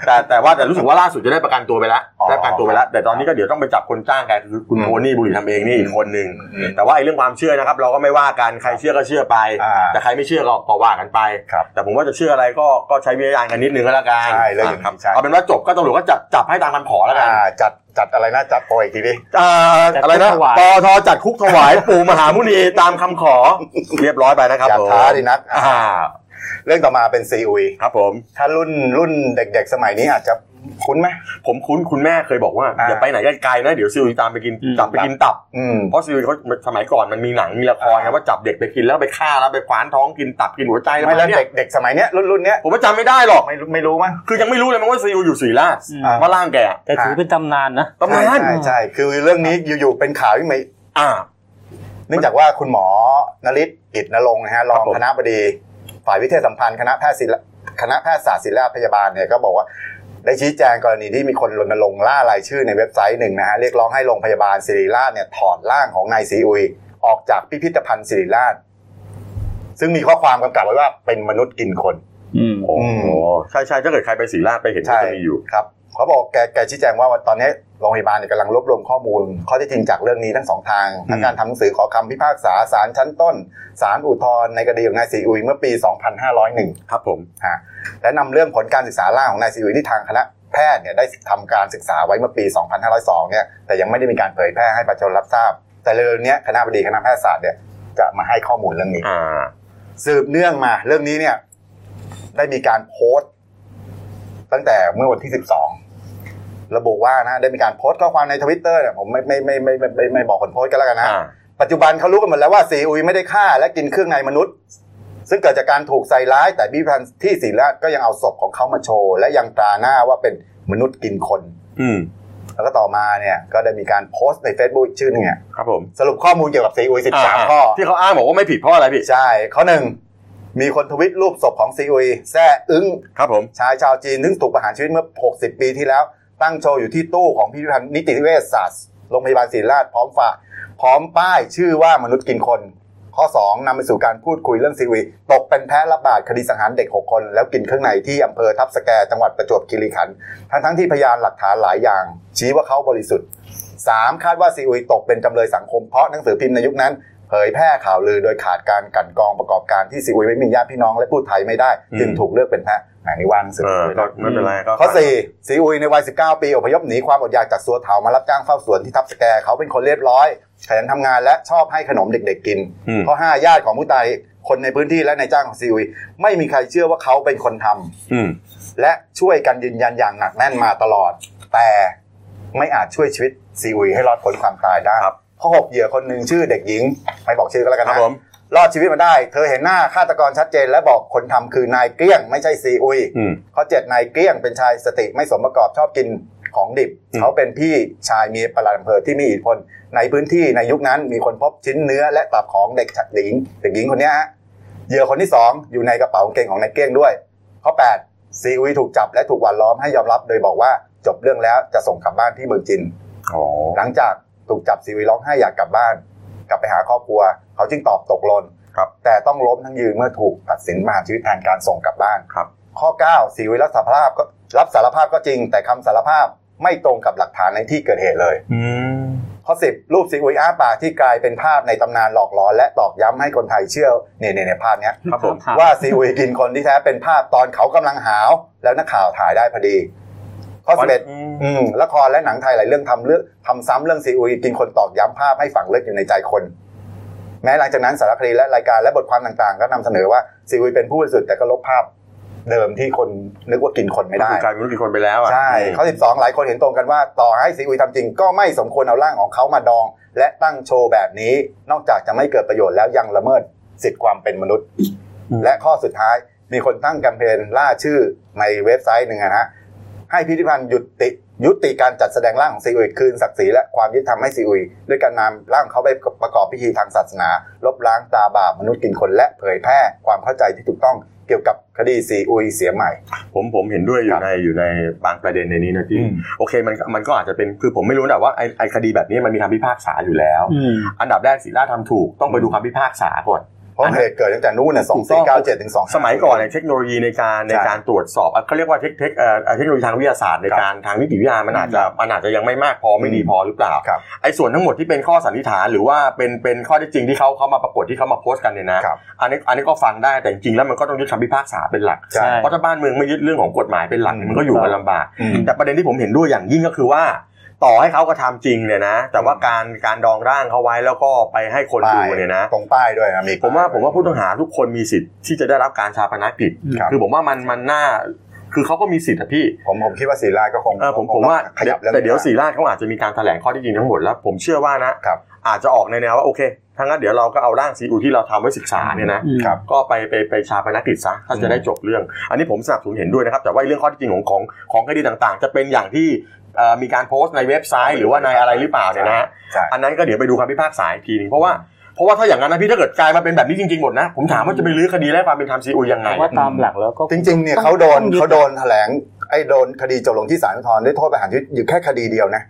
แต่แต่ว่าแต่รู้สึกว่าล่าสุดจะได้ประกันตัวไปแล้ว อ๋อ ได้ประกันตัวไปแล้วแต่ตอนนี้ก็เดี๋ยวต้องไปจับคนจ้างแกคือคุณ อืม โทนี่บุหรี่ทำเองนี่อีกคนหนึ่ง อืม แต่ว่าไอ้เรื่องความเชื่อนะครับ เราก็ไม่ว่ากันใครเชื่อก็เชื่อไป อ่า แต่ใครไม่เชื่อก็ก็ว่ากันไป ครับ แต่ผมว่าจะเชื่ออะไรก็ก็ใช้วิจารณ์กันนิดนึงก็แล้วกัน ใช่เลยอย่าง ครับ นี้ใช่ เอาเป็นว่าจบก็ตำรวจก็จับจับให้ตามคำขอแล้วกัน อ่าจัดจัดอะไรนะจัดโปรอีกทีดิ อ่า จัดคุก อะไรนะ ถวาย ปอทจัดคุกถวาย ปู่มหามุนีตามคำขอ เรียบร้อยไปนะครับ อย่า ผม ท้าดินัก อ่า เรื่องต่อมาเป็นซีอุย ครับผม ถ้ารุ่นรุ่นเด็กๆ สมัยนี้อาจจะคุ้นไหม ผมคุ้นคุณแม่เคยบอกว่า อ่า อย่าไปไหนไกลๆนะเดี๋ยวซิวตามไปกิน อืม จับไปกินตับ อืม เพราะซิวเขาสมัยก่อนมันมีหนังมีละครไง อ่า ว่าจับเด็กไปกินแล้วไปฆ่าแล้วไปขวานท้องกินตับกินหัวใจอะไร ไม่แล้ว เนี่ย เด็กเด็กสมัยเนี้ยรุ่นรุ่นเนี้ย ผมว่าจำไม่ได้หรอก ไม่รู้ไม่รู้มั้ง คือยังไม่รู้เลยมันว่าซีอูอยู่สีล่าช อืม ว่าร่างแก แต่ถือเป็นตำนาน นะ ตำนา ใช่ น ใช่ใช่คือเรื่องนี้อยู่ๆเป็นข่าวที่ไม่ อ่า เนื่องจากว่าคุณหมอนฤทธิ์กิจนรงค์นะฮะรอ คงรับผม คณะบดีฝ่ายวิทยาสัมพันธ์คณะแพทย์ศิลป์คณะแพทยศาสตร์ศิลปพยาบาลเนี่ยก็บอกว่า ได้ชี้แจงกรณีที่มีคนรณรงค์ล่ารายชื่อในเว็บไซต์หนึ่งนะฮะเรียกร้องให้โรงพยาบาลศิริราชเนี่ยถอดร่างของนายศรีอุย ออกจากพิพิธภัณฑ์ศิริราช ซึ่งมีข้อความกำกับไว้ว่าเป็นมนุษย์กินคน อืม โอ้โหใช่ใช่ถ้าเกิดใครไปศรีราชไปเห็นก็ ใช่ จะมีอยู่ ครับเขาบอกแกแกชี้แจงว่าตอนนี้โรงพยาบาลเนี่ยกำลังรวบรวมข้อมูล ข้อเที่จริงจากเรื่องนี้ทั้งสองทางทั้งการทำหนังสือขอคำพิพากษาศาลชั้นต้นศาลอุทธรณ์ในคดีของนายซีอุยเมื่อปี 2501 ครับผม และนำเรื่องผลการศึกษาล่างของนายซีอุยที่ทางคณะแพทย์เนี่ยได้ทำการศึกษาไว้เมื่อปี 2502 เนี่ยแต่ยังไม่ได้มีการเผยแพร่ให้ประชาชนรับทราบ แต่เร็วๆเนี้ยคณะบดีคณะแพทยศาสตร์เนี่ยจะมาให้ข้อมูลเรื่องนี้ อ่า สืบเนื่องมาเรื่องนี้เนี่ยได้มีการโพสต์ ตั้งแต่เมื่อวันที่ 12 ระบุว่านะได้มีการโพสต์ข้อความในทวิตเตอร์เนี่ยผมไม่ไม่ไม่ไม่ไมไม่ไม่ไม่บอกคนโพสต์กันแล้วกันนะ อ่า ปัจจุบันเขารู้กันหมดแล้วว่าซีอุยไม่ได้ฆ่าและกินเครื่องในมนุษย์ ซึ่งเกิดจากการถูกใส่ร้าย แต่พิพันธ์ที่ศรีราชก็ยังเอาศพของเขามาโชว์ และยังตราหน้าว่าเป็นมนุษย์กินคน อืม แล้วก็ต่อมาเนี่ยก็ได้มีการโพสต์ใน Facebook อีกชื่อหนึงเนี่ย ครับผม สรุปข้อมูลเกี่ยวกับซีอุย13ข้อ ที่เขาอ้างบอกว่าไม่ผิดเพราะอะไรพี่ ใช่ข้อหนึ่งมีคนทวิตรูปศพของซีอุยแซ่อึ้ง ครับผม ชายชาวจีนซึ่งถูกประหารชีวิตเมื่อ 60 ปีที่แล้ว ตั้งโชว์อยู่ที่ตู้ของพิพิธภัณฑ์นิติเวชศาสตร์โรงพยาบาลศิริราชพร้อมฝากพร้อมป้ายชื่อว่ามนุษย์กินคน ข้อ 2นำไปสู่การพูดคุยเรื่องซีอุยตกเป็นแพ้รับบาดคดีสังหารเด็ก 6 คน แล้วกินเครื่องในที่อำเภอทับสแกจังหวัดประจวบคีรีขันธ์ทั้งทั้งๆที่พยานหลักฐานหลายอย่าง ชี้ว่าเขาบริสุทธิ์ 3. คาดว่าซีอุยตกเป็นจำเลยสังคมเพราะหนังสือพิมพ์ในยุคนั้น เผยแพร่ข่าวลือโดยขาดการกลันกรองประกอบการที่ซีอุยไม่มีญาติพี่น้องและพูดไทยไม่ได้ จึงถูกเลือกเป็นแพะแหมนี่ว่างสุด เออ เลย ก็ นะ ไม่เป็นไรก็ ข้อสี่ซีอุยในวัย 19 ปีอพยพหนีความอดอยากจากสัวเถามารับจ้างเฝ้าสวนที่ทับสแกเขาเป็นคนเรียบร้อยขยันทำงานและชอบให้ขนมเด็ก ๆ กิน อืม ข้อ5ญาติของผู้ตายคนในพื้นที่และนายจ้างของซีอุยไม่มีใครเชื่อว่าเขาเป็นคนทำ อืม และช่วยกันยืนยันอย่างหนักแน่นมาตลอด แต่ไม่อาจช่วยชีวิตซีอุยให้รอดพ้นความตายได้ข้อหกเหยื่อคนหนึ่งชื่อเด็กหญิง ไม่บอกชื่อก็แล้วกัน ครับ นะ ผม รอดชีวิตมาได้ เธอเห็นหน้าฆาตกรชัดเจน และบอกคนทำคือนายเกลี้ยง ไม่ใช่ซีอุย อืม ข้อเจ็ดนายเกลี้ยงเป็นชายสติไม่สมประกอบชอบกินของดิบ อืม เขาเป็นพี่ชายมีประหลัดอำเภอที่มีอิทธิพลในพื้นที่ในยุคนั้นมีคนพบชิ้นเนื้อและตับของเด็กหญิงเด็กหญิงคนเนี้ยฮะเหยื่อคนที่สองอยู่ในกระเป๋ากางเกงของนายเกลี้ยงด้วย ข้อแปดซีอุยถูกจับและถูกหวานล้อมให้ยอมรับ โดยบอกว่าจบเรื่องแล้วจะส่งกลับบ้านที่เมืองจีน อ๋อ หลังจากถูกจับซีวีร้องไห้อยากกลับบ้าน กลับไปหาครอบครัว เขาจึงตอบตกลน ครับ แต่ต้องล้มทั้งยืนเมื่อถูกตัดสินประหารชีวิตแทนการส่งกลับบ้าน ครับ ข้อ 9 ซีวีรับสารภาพก็รับสารภาพก็จริง แต่คำสารภาพไม่ตรงกับหลักฐานในที่เกิดเหตุเลย อืม ข้อ 10 รูปซีอุยอ้าปากที่กลายเป็นภาพในตำนานหลอกหลอนและตอกย้ำให้คนไทยเชื่อเนี่ยเนี่ยเนี่ยภาพเนี้ย ครับผม ว่าซีอุยกินคนที่แท้เป็นภาพตอนเขากำลังหาว แล้วนักข่าวถ่ายได้พอดี ข้อสิบเอ็ด อืม อืมละครและหนังไทยหลายเรื่องทำเรื่องทำซ้ำเรื่องซีอุยกินคนตอกย้ำภาพให้ฝังลึกอยู่ในใจคน แม้หลังจากนั้นสารคดีและรายการและบทความต่างๆ ก็นำเสนอว่าซีอุยเป็นผู้บริสุทธิ์แต่ก็ลบภาพเดิมที่คนนึกว่ากินคนไม่ได้ คือกลายเป็นมนุษย์กินคนไปแล้วอ่ะ ใช่ข้อ12 หลายคนเห็นตรงกันว่า ต่อให้ซีอุยทำจริงก็ไม่สมควรเอาร่างของเขามาดอง และตั้งโชว์แบบนี้ นอกจากจะไม่เกิดประโยชน์แล้วยังละเมิดสิทธิความเป็นมนุษย์ และข้อสุดท้ายมีคนตั้งแคมเปญล่าชื่อในเว็บไซต์หนึ่งนะฮะให้พิพิธภัณฑ์หยุดติยุติการจัดแสดงร่างของซีอุยคืนศักดิ์ศรีและความยุติธรรมให้ซีอุยด้วยการนำร่างของเขาไปประกอบพิธีทางศาสนา ลบล้างตาบาปมนุษย์กินคนและเผยแพร่ความเข้าใจที่ถูกต้องเกี่ยวกับคดีซีอุยเสียใหม่ ผมผมเห็นด้วยอ ครั ยู่ บ ในอยู่ในบางประเด็นในนี้นะพี่ อืม โอเคมันมันก็อาจจะเป็นคือผมไม่รู้แต่ว่าไอไอคดีแบบนี้มันมีคำพิพากษาอยู่แล้ว อืม อันดับแรกศิลาทำถูกต้องไปดูคำพิพากษาก่อน เพราะเหตุเกิดตั้งแต่นู้นน่ะสองสี่เก้าเจ็ดถึงสอง สมัยก่อนเนี่ยเทคโนโลยีในการใน ใช่ การตรวจสอบอ่ะเขาเรียกว่าเทคเทคเอ่อเอ่อเทคโนโลยีทางวิทยาศาสตร์ในการทางนิติวิทยามันอาจจะมันอาจจะยังไม่มากพอไม่ดีพอหรือเปล่า ครับ ไอ้ส่วนทั้งหมดที่เป็นข้อสันนิษฐานหรือว่าเป็นเป็นข้อเท็จจริงที่เขาเขามาปรากฏที่เขามาโพสต์กันเนี่ยนะครับ อันนี้อันนี้ก็ฟังได้แต่จริงๆแล้วมันก็ต้องยึดคำพิพากษาเป็นหลัก ใช่ เพราะถ้าบ้านเมืองไม่ยึดเรื่องของกฎหมายเป็นหลัก อืม มันก็อยู่กันลำบาก อืม แต่ประเด็นที่ผมเห็นด้วยอย่างยิ่งก็คือว่า ต่อให้เขากระทำจริงเนี่ยนะ แต่ว่าการการดองร่างเขาไว้แล้วก็ไปให้คน ป้าย ดูเนี่ยนะ ตรงป้ายด้วยนะมี ผมว่าผมว่าผู้ต้องหาทุกคนมีสิทธิ์ที่จะได้รับการชาปนกิจ ครับ คือผมว่ามันมันน่าคือเขาก็มีสิทธิ์อะพี่ ผมผมคิดว่าศรีราชก็คง เออผม คง ผมว่า ขยับรื่อง แต่เดี๋ยว นี้ สีราชเขาอาจจะมีการแถลงข้อที่จริงทั้งหมดแล้ว ผมเชื่อว่านะครับ อาจจะออกในแนวว่าโอเคถ้างั้นเดี๋ยวเราก็เอาร่างซีอูที่เราทำไว้ศึกษาเนี่ยนะ อืม ครับ ก็ไปไปไปชาปนกิจซะถ้าจะได้จบเรื่อง อันนี้ผมสนับสนุนเห็นด้วยนะครับ แต่ว่าเรื่องข้อที่จริงของของของคดีต่างๆ จะเป็นอย่างที่เอ่อมีการโพสต์ในเว็บไซต์ หรือว่าในอะไรหรือเปล่าเนี่ยนะฮะ ใช่ อันนั้นก็เดี๋ยวไปดูคำพิพากษาอีกทีหนึงเพราะว่าเพราะว่าถ้าอย่างนั้นนะพี่ถ้าเกิดกลายมาเป็นแบบนี้จริงๆหมดนะ ผมถามว่าจะไปรื้อคดีและความเป็นธรรมซีอุยยังไง แต่ว่าตามหลักแล้วก็ จริงๆเนี่ยเขาโดนเขาโดนแถลงไอ้โดนคดีจบลงที่ศาลอุทธรณ์ด้วยโทษประหารชีวิตอยู่แค่คดีเดียวนะ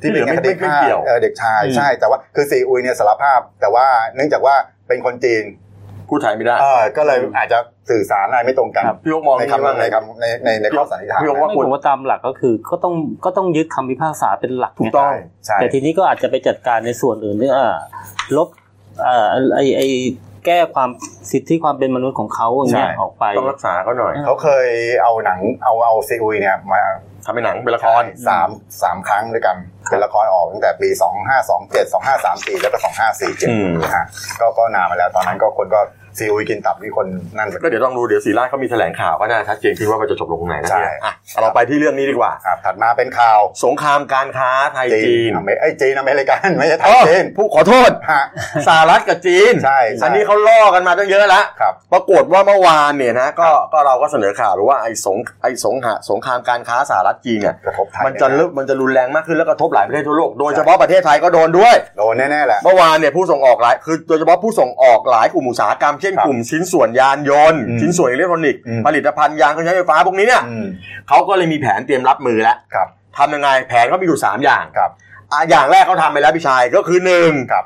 ที่เป็นคดีฆ่าเอ่อเด็กชาย อืม ใช่แต่ว่าคือซีอุยเนี่ยสารภาพ แต่ว่าเนื่องจากว่าเป็นคนจีน พูดไทยไม่ได้ เออก็เลยอาจจะสื่อสารอะไรไม่ตรงกัน ครับ พี่โอ๊คมอง ในคำ ว่า ว่าในคำในในในข้อสันนิษฐาน พี่โอ๊ค ไม่ ว่าควร ผมว่าตามหลักก็คือก็ต้องก็ต้องยึดคำพิพากษาเป็นหลัก ถู ไง กต้อง ใช่ แต่ทีนี้ก็อาจจะไปจัดการในส่วนอื่นเรื่องอ่าลบอ่าไอไอแก้ความสิทธิความเป็นมนุษย์ของเขาอย่างเงี้ย ใช่ ออกไป ต้องรักษาเขาหน่อย เขาเคยเอาหนังเอาเอาซีอุยเนี่ยมา ทำเป็นหนังเป็นละคร สามสามครั้งด้วยกันเป็นละครออกตั้งแต่ปี 2527 2534 แล้วก็ อืม 2547นะฮะก็ก็นานมาแล้วตอนนั้นก็คนก็ซีอุยกินตับมีคนนั่นไป ก็เดี๋ยวต้องดูเดี๋ยวสีราชเขามีแถลงข่าวก็น่าชัดเจนขึ้นว่ามันจะจบลงตรงไหนนะ ใช่ เนี่ยอ่ะเราไปที่เรื่องนี้ดีกว่า ครับถัดมาเป็นข่าว สงครามการค้าไทยจีน อเมไอ้ยจีนอเมริกัน *laughs* ไม่ใช่ไท เอย อ จีน ผู้ขอโทษ ฮะ สหรัฐกับจีน ใช่ใช่ อันนี้เขาล่อกันมาตั้งเยอะแล้ว ครับ ปรากฏว่าเมื่อวานเนี่ยนะก็ก็เราก็เสนอข่าวไปว่าไอ้สงไอ้สงหะสงครามการค้าสหรัฐจีนเนี่ย กระทบไทย มันจะเริ่มมันจะรุนแรงมากขึ้นแล้วกระทบหลายประเทศทั่วโลกโดยเฉพาะประเทศไทยก็โดนด้วย โดนแน่ๆแหละ เมื่อวานเนี่ยผู้ส่งออกหลายคือโดยเฉพาะผู้ส่งออกหลายกลุ่มอุตสาหกรรมเช่น ครับ กลุ่มชิ้นส่วนยานยนต์ อืม ชิ้นส่วนอิเล็กทรอนิกส์ อืม ผลิตภัณฑ์ยานเครื่องใช้ไฟฟ้าพวกนี้เนี่ย อืม เขาก็เลยมีแผนเตรียมรับมือแล้ว ครับ ทำยังไงแผนก็มีอยู่สามอย่าง ครับ อ่ะอย่างแรกเขาทำไปแล้วพี่ชายก็คือหนึ่ง ครับ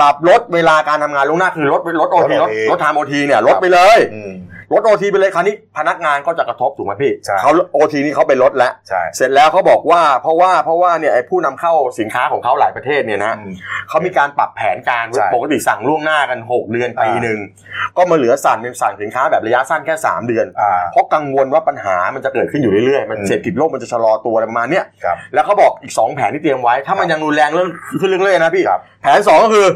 ปรับลดเวลาการทำงานล่วงหน้าคือลดลดโอทีล ล ด ด OT ลดทามโอทีเนี่ยลดไปเลย อืม ลดโอทีไปเลยคราวนี้พนักงานก็จะกระทบถูกไหมพี่ ใช่ เขาโอทีนี่เขาไปลดแล้ว ใช่ เสร็จแล้วเขาบอกว่าเพราะว่าเพราะว่าเนี่ยไอ้ผู้นำเข้าสินค้าของเขาหลายประเทศเนี่ยนะ อืม เขามีการปรับแผนการ ใช่ ปกติสั่งล่วงหน้ากัน 6 เดือนปี อ่า หนึ่งก็มาเหลือสั่งเป็นสั่งสินค้าแบบระยะสั้นแค่ 3 เดือน อ่า เพราะกังวลว่าปัญหามันจะเกิดขึ้นอยู่เรื่อยๆมัน อืม เศรษฐกิจโลกมันจะชะลอตัวอะไรประมาณเนี้ย ครับ แล้วเขาบอกอีก 2 แผนที่เตรียมไว้ ถ้ามันยังรุนแรงเรื่องขึ้นเรื่อยๆนะพี่ ครับ แผนสองก็คือ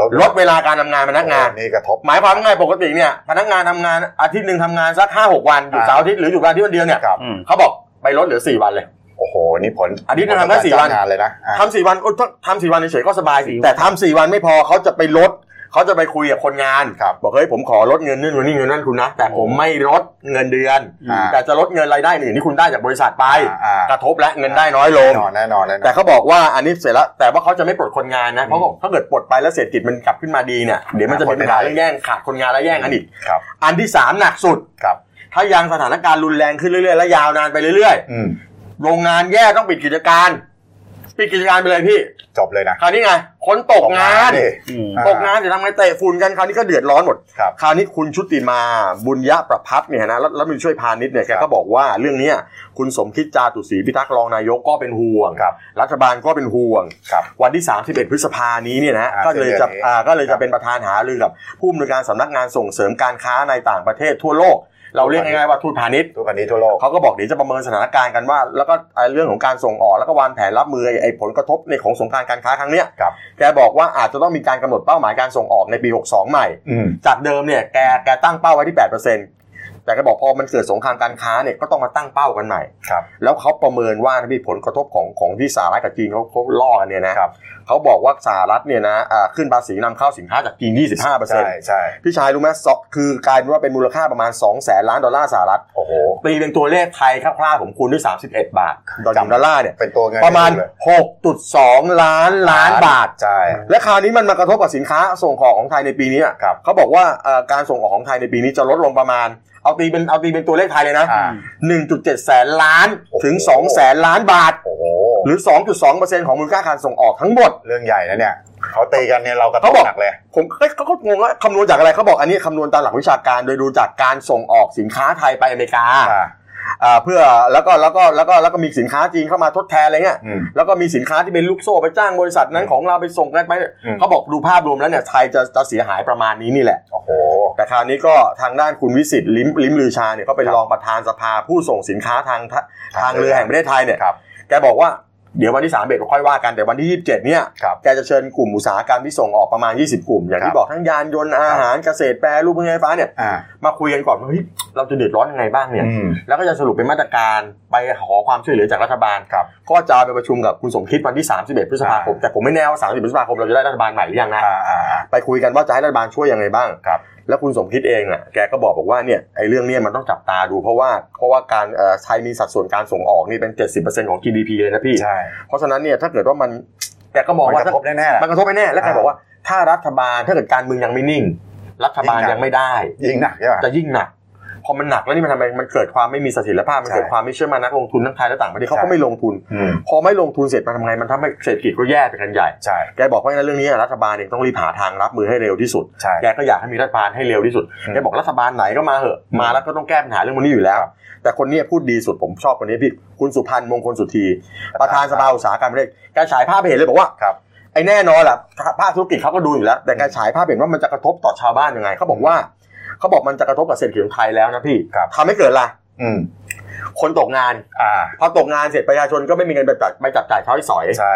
ลด ลดเวลาการทำงานพนักงาน โอ้นี่กระทบ หมายความว่าไงปกติเนี่ยพนักงานทำงานอาทิตย์หนึ่งทำงานสักห้าหกวันหยุด อ่า เสาร์อาทิตย์หรือหยุดวันอาที่วันเดียวเนี่ย ครับ อืม เขาบอกไปลดเหลือสี่วันเลย โอ้โห นี่ผล อันนี้ทำได้ ผลกร สี่วัน จ้างงานเลยนะอ่ะ ทำสี่วันโอ้ยถ้าทำสี่วันเฉยๆก็สบายสิ สี่วัน แต่ทำสี่วันไม่พอเขาจะไปลดเขาจะไปคุยกับคนงาน ครับ บอกเฮ้ยผมขอลดเงินนู่นเงินนี่เงินนั่นคุณนะ แต่ผมไม่ลดเงินเดือน อ่า แต่จะลดเงินรายได้อื่นที่คุณได้จากบริษัทไป อ่าก ระทบและเงินได้น้อยล แน่ ง นอนแน่นอนแน่นอน แต่เขาบอกว่าอันนี้เสร็จแล้วแต่ว่าเขาจะไม่ปลดคนงานนะเขาบอกถ้าเกิดปลดไปแล้วเศรษฐกิจมันกลับขึ้นมาดีเนี่ยเดี๋ยวมันจะมีปัญหาเรื่องแย่งขาดคนงานและแย่งกันอีก ครับ อันที่สามหนักสุด ครับ ถ้ายังสถานการณ์รุนแรงขึ้นเรื่อยๆ และยาวนานไปเรื่อย อืม ๆ โรงงานแย่ต้องปิดกิจการ ปิดกิจการไปเลยพี่ จบเลยนะ คราวนี้ไง คนตกงาน ดิ อืม อ่า ตกงานจะทำไงเตะฝุ่นกันคราวนี้ก็เดือดร้อนหมด ครับ คราวนี้คุณชุติมาบุญยะประพัฒน์เนี่ยนะรัฐรัฐมนตรีช่วยพาณิชย์เนี่ยแก ครั ก็ บ บอกว่าเรื่องเนี้ยคุณสมคิดจาตุศรีพิทักษ์รองนายกก็เป็นห่วง ครับ รัฐบาลก็เป็นห่วง ครับ วันที่ 31 พฤษภานี้เนี่ยนะฮะ อ่า ก็เลยจะ สิ้นเดือนนี้ อ่าก็เลยจะเป็นประธานหารือกับผู้อำนวยการสำนักงานส่งเสริมการค้าในต่างประเทศทั่วโลก เราเรียก ทั่วโลก ง่ายๆว่าทูตพาณิชย์ ทุกวันนี้ทั่วโลก เขาก็บอกเดี๋ยวจะประเมินสถานการณ์กันว่า แล้วก็ไอ้เรื่องของการส่งออกแล้วก็วางแผนรับมือไอ้ไอ้ผลกระทบในของสงครามการค้าครั้งเนี้ย ครับ แกบอกว่าอาจจะต้องมีการกำหนดเป้าหมายการส่งออกในปี 62 ใหม่ อืม จากเดิมเนี่ยแกแกตั้งเป้าไว้ที่ 8%แต่แกบอกพอมันเกิดสงครามการค้าเนี่ยก็ต้องมาตั้งเป้ากันใหม่ ครับ แล้วเขาประเมินว่านะพี่ผลกระทบของของที่สหรัฐกับจีนเขาเขาล่อกันเนี่ยนะครับ เขาบอกว่าสหรัฐเนี่ยนะอ่าขึ้นภาษีนำเข้าสินค้าจากจีน 25% ใช่ใช่ พี่ชายรู้ไหมสองคือกลายเป็นว่าเป็นมูลค่าประมาณ 2 0 0แสนล้านดอลลาร์สหรัฐ โอ้โห ตีเป็นตัวเลขไทยคร่าวๆผมคูณด้วย 31 บาทต่อหนึ่ง จำ ดอลลาร์เนี่ย เป็นตัวเงิน ประมาณ เลย 6.2 ล้านล้านบาท ใช่ และคราวนี้มันมากระทบกับสินค้าส่งออกของไทยในปีนี้อะ ครับ เขาบอกว่าเอ่อการส่งออกของไทยในปีนี้จะลดลงประมาณ เอาตีเป็นเอาตีเป็นตัวเลขไทยเลยนะ อ่า 1.7 แสนล้านถึง โอ้โห 2 แสนล้านบาท โอ้โห หรือ 2.2%ของมูลค่าการส่งออกทั้งหมด เรื่องใหญ่นะเนี่ย เขาตีกันเนี่ยเรากระทบ เขาบอก หนักเลย ผมเอ้ยเขาก็งงว่าคำนวณจากอะไรเขาบอกอันนี้คำนวณตามหลักวิชาการโดยดูจากการส่งออกสินค้าไทยไปอเมริกา อ่า อ่าเพื่อแล้วก็แล้วก็แล้วก็แล้วก็มีสินค้าจีนเข้ามาทดแทนอะไรเงี้ย อืม แล้วก็มีสินค้าที่เป็นลูกโซ่ไปจ้างบริษัทนั้นของเราไปส่งกันไป อืม เขาบอกดูภาพรวมแล้วเนี่ยไทยจะจะเสียหายประมาณนี้นี่แหละ โอ้โห แต่คราวนี้ก็ทางด้านคุณวิสิตลิมลิมลือชาเนี่ยก็เป็น ครับ รองประธานสภาผู้ส่งสินค้าทางทะ ทาง ทางเรือ เรือ แห่งประเทศไทยเนี่ย ครับ แกบอกว่าเดี๋ยววันที่3ามเบ็ดค่อยว่ากันแต่วันที่27เนี่ย ครับ แกจะเชิญกลุ่มอุตสาหกรรมที่ส่งออกประมาณ 20 กลุ่ม อย่าง ครั ที่ บ บอกทั้งยานยนต์อาหารเกษตรแปรรูปเครื่องใช้ไฟฟ้าเนี่ย อ่า มาคุยกันก่อนว่าเฮ้ยเราจะเดือดร้อนยังไงบ้างเนี่ย อืม แล้วก็จะสรุปเป็นมาตรการไปขอความช่วยเหลือจากรัฐบาล ครับ ก็จะไปประชุมกับคุณสมคิดวันที่ 31 พฤษภาคม อ่า แต่ผมไม่แน่ว่า 30 พฤษภาคมเราจะได้รัฐบาลใหม่หรือยังนะ อ่าอ่า ไปคุยกันว่าจะให้รัฐบาลช่วยยังไงบ้าง ครับ แล้วคุณสมคิดเองอ่ะแกก็บอกบอกว่าเนี่ยไอ้เรื่องเนี้ยมันต้องจับตาดูเพราะว่าเพราะว่าการเอ่อไทยมีสัดส่วนการส่งออกนี่เป็น 70%ของ GDP เลยนะพี่ ใช่ เพราะฉะนั้นเนี่ยถ้าเกิดว่ามันแกก็มอง มัน ว่าก ระทบแน่ๆแหละ มันกระทบไปแน่แล้วแก อ่า บอกว่า ถ้ารัฐบาลถ้าเกิดการเมืองยังไม่นิ่ง รัฐบาล ยิ่งหนัก ยังไม่ได้ ยิงหนักใช่ป่ะ จะยิ่งหนัก พอมันหนักแล้วนี่มันทำไมมันเกิดความไม่มีเสถียรภาพมัน ใช่ เกิดความไม่เชื่อมั่นนักลงทุนทั้งไทยและต่างประเทศเขาก็ไม่ลงทุน อืม พอไม่ลงทุนเสร็จมันทำไงมันทำให้เศรษฐกิจก็แย่ไปกันใหญ่ ใช่ แกบอกว่างั้นเรื่องนี้รัฐบาลเองต้องรีบหาทางรับมือให้เร็วที่สุด ใช่ แกก็อยากให้มีรัฐบาลให้เร็วที่สุด อืม แกบอกรัฐบาลไหนก็มาเหอะ อืม มาแล้วก็ต้องแก้ปัญหาเรื่องมันนี้อยู่แล้ว ครับ แต่คนเนี้พูดดีสุดผมชอบคนนี้พี่ คุณสุพันธ์มงคลสุธี ป ประ ระ ธา ธาน นสภาอุตสาหกรรมแห่งประเทศแการฉายภาพให้เห็นเลยบอกว่า ครับ ไอ้แน่นอนแหละภาคธุรกิจเขาก็ดูอยู่แล้ว แต่แการฉายภาพเห็นว่ามันจะกระทบต่อชาวบ้านยังไงเขาบอกว่าเขาบอกมันจะกระทบกับเศรษฐกิจของไทยแล้วนะพี่ ครับ ทำให้เกิดอะไร อืม คนตกงาน อ่า พอตกงานเสร็จประชาชนก็ไม่มีเงินไปจัดไปจับจ่ายใช้สอย ใช่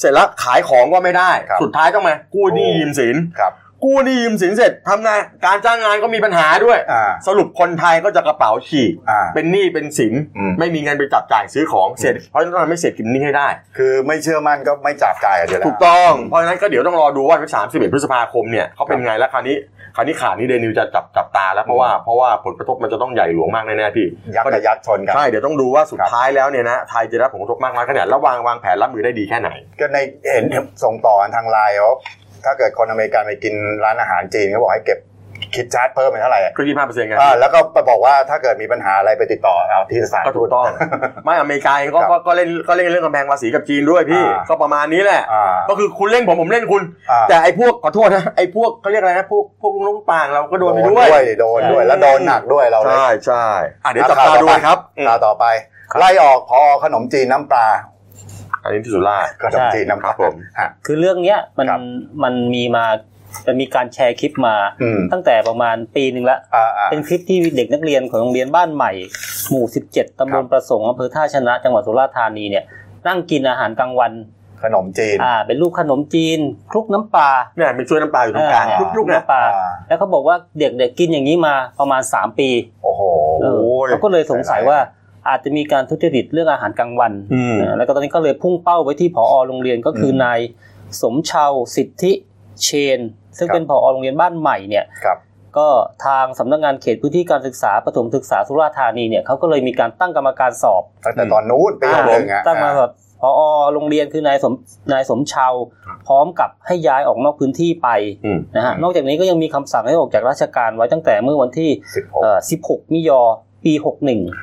เสร็จแล้วขายของก็ไม่ได้ ครับ สุดท้ายต้องมากู้หนี้ยืมสิน ครับ กู้หนี้ยืมสินเสร็จทำงานการจ้างงานก็มีปัญหาด้วย อ่า สรุปคนไทยก็จะกระเป๋าฉีก อ่า เป็นหนี้เป็นสิน อืม ไม่มีเงินไปจับจ่ายซื้อของเสร็จเพราะฉะนั้นเราไม่เสร็จกินหนี้ให้ได้ คือไม่เชื่อมั่นก็ไม่จับจ่ายกันอยู่แล้ว ถูกต้อง เพราะฉะนั้นก็เดี๋ยวต้องรอดูว่าวันที่31พฤษภาคมเนี่ยเขาเป็นไงแล้วคราวนี้คราวนี้ข่าวนี้เดนิวจะจับจับตาแล้วเพราะว่าเพราะว่าผลกระทบมันจะต้องใหญ่หลวงมากแน่ๆพี่ ยักษ์กับยักษ์ชนกัน ใช่เดี๋ยวต้องดูว่าสุด ครับ ท้ายแล้วเนี่ยนะไทยจะได้รับผลกระทบมากน้อยขนาดไหนแล้ววางวางแผนรับมือได้ดีแค่ไหน ก็ในเห็นส่งต่อกันทางไลน์ว่าถ้าเกิดคนอเมริกันไปกินร้านอาหารจีนเขาบอกให้เก็บคิดชาร์จเพิ่มเป็นเท่าไหร่ ก็ยี่ห้าเปอร์เซ็นต์ไง อ่าแล้วก็ไปบอกว่าถ้าเกิดมีปัญหาอะไรไปติดต่อเอาที่สถาน ก็ ทู ถู ต กต้อง ไม่อเมริกาเองก็ ครับ ก็ก็เล่นก็เล่นเรื่องกำแพงภาษีกับจีนด้วยพี่ อ่า ก็ประมาณนี้แหละ อ่า ก็คือคุณเล่นผมผมเล่นคุณ อ่า แต่ไอ้พวกขอโทษนะไอ้พวกเขาเรียกอะไรนะพวกพวกลูกน้องปางเราก็โดนไปด้ว โดนด้วย ยโดนด้วยแล้วโดนหนักด้วยเราเลย ใช่ใช่อ่ะเดี๋ยวจับตาดูนะครับอืม ตาวต่อไป ไล่ออกพอขนมจีนน้ำปลา อันนี้ที่สุราษฎร์ ขนมจีนน้ำป ครั ลา บผม ฮะ คือเรื่องเนี้ยมัน ครับ มันมีมามันมีการแชร์คลิปมา อืม ตั้งแต่ประมาณปีหนึ่งละ อ่าอ่า เป็นคลิปที่เด็กนักเรียนของโรงเรียนบ้านใหม่ หมู่ 17 ตำบลประสงค์อำเภอท่าชนะ จังหวัดสุราษฎร์ธานีเนี่ยนั่งกินอาหารกลางวัน ขนมจีน อ่า เป็นลูกขนมจีนคลุกน้ำปลา เนี่ยมันช่วยน้ำปลาอยู่ตรงกลาง อ่า ทุกๆเนี่ย น้ำปลา อ่า แล้วเขาบอกว่าเด็กๆกินอย่างนี้มาประมาณ 3 ปี โอ้โห เออเขาก็เลยสงสัยว่าอาจจะมีการทุจริตเรื่องอาหารกลางวัน อืม อ่าแล้วก็ตอนนี้ก็เลยพุ่งเป้าไว้ที่ผอโรงเรียนก็คืออ ม นายสมชาวสิทธิเชน ซึ่ง ครับ เป็นผอโรงเรียนบ้านใหม่เนี่ย ครับ ก็ทางสำนักงานเขตพื้นที่การศึกษาประถมศึกษาสุราษฎร์ธานีเนี่ยเขาก็เลยมีการตั้งกรรมการสอบ ตั้งแต่ตอนนู้นปี อ่า หนึ่งอ่ะ ตั้งมาสอบพอโรงเรียนคือนายสมนายสมเชาวพร้อมกับให้ย้ายออกนอกพื้นที่ไป อืม นะฮะนอกจากนี้ก็ยังมีคำสั่งให้ออกจากราชการไว้ตั้งแต่เมื่อวันที่ สิบหก เอ่อ16 มิยอปี 61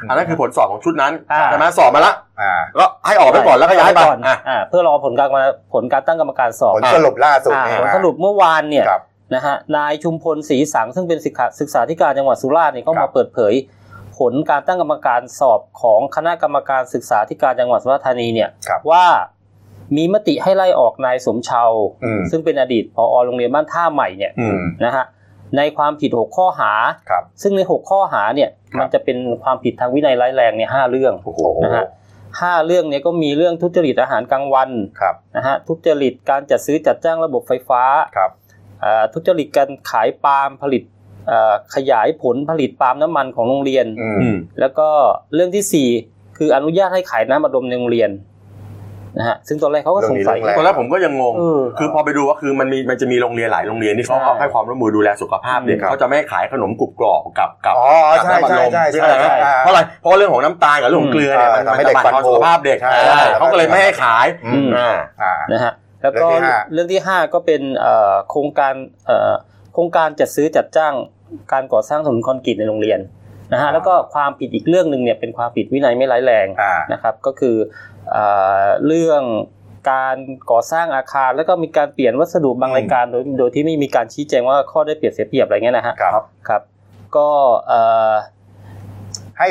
อันนั้นคือผลสอบของชุดนั้น อ่า ใช่ไหมสอบมาละ อ่า ก็ให้ออกไปก่อนแล้วก็ย้ายไป ก่อน อ่ะ อ่าเพื่อรอผลการผลการตั้งกรรมการสอบ ผลสรุปล่าสุด อ่า นี่ ผล มา สรุปเมื่อวานเนี่ย ครับ นะฮะนายชุมพลศรีสังซึ่งเป็นศึกษาศึกษาธิการจังหวัดสุราษฎร์เนี่ยก็ ครั มา บ เปิดเผย ผลการตั้งกรรมการสอบของคณะกรรมการศึกษาธิการจังหวัดสุราษฎร์ธานีเนี่ย ครับ ว่ามีมติให้ไล่ออกนายสมเชาว อืม ซึ่งเป็นอดีตผอโรงเรียนบ้านท่าใหม่เนี่ย อืม นะฮะในความผิด 6 ข้อหา ครับ ซึ่งใน 6 ข้อหาเนี่ย ครับ มันจะเป็นความผิดทางวินัยร้ายแรงเนี่ยห้าเรื่อง โอ้โห นะฮะห้าเรื่องเนี่ยก็มีเรื่องทุจริตอาหารกลางวัน ครับ นะฮะทุจริตการจัดซื้อจัดจ้างระบบไฟฟ้า ครับ เอ่อทุจริตการขายปาล์มผลิตเอ่อขยายผลผลิตปาล์มน้ำมันของโรงเรียน อืม แล้วก็เรื่องที่สี่คืออนุญาตให้ขายน้ำอัดลมในโรงเรียนนะฮะซึ่งตอนแรกเขาก็สงสัย เรื่องนี้เรื่อง ตอนแรกผมก็ยังงง เออ คือพอไปดูก็คือมันมีมันจะมีโรงเรียนหลายโรงเรียนที่เขา ใช่ ให้ความร่วมมือดูแลสุขภาพเด็ก ครับ เขาจะไม่ขายขนมกรุบกรอบกับกับ อ๋อใช่ใช่ใช่ ที่ ใช่ อะไรนะ ใช่ เพราะอะไร เพราะเรื่องของน้ำตาลกับเรื่องของเกลือเนี่ย อืม มัน ทำให้ มัน เด็ จะ ก บั่น ฟัน ทอน ผุ สุขภาพเด็ก ใช่ ใช่เขาก็เลยไม่ให้ขาย อืม อ่า อ่า นะฮะแล้วก็ เรื่องที่ห้า เรื่องที่ห้าก็เป็นเอ่อโครงการเอ่อโครงการจัดซื้อจัดจ้างการก่อสร้างถนนคอนกรีตในโรงเรียนนะฮะแล้วก็ความผิดอีกเรื่องหนึ่งเนี่ยเป็นความผิดวินัยไม่ร้ายแรง อ่า นะครับก็คือเออเรื่องการก่อสร้างอาคารแล้วก็มีการเปลี่ยนวัสดุบาง อืม รายการโดยโดยที่ไม่มีการชี้แจงว่าข้อได้เปรียบเสียเปรียบอะไรเงี้ยนะฮะ ครับ ครับก็เอ่อ ให้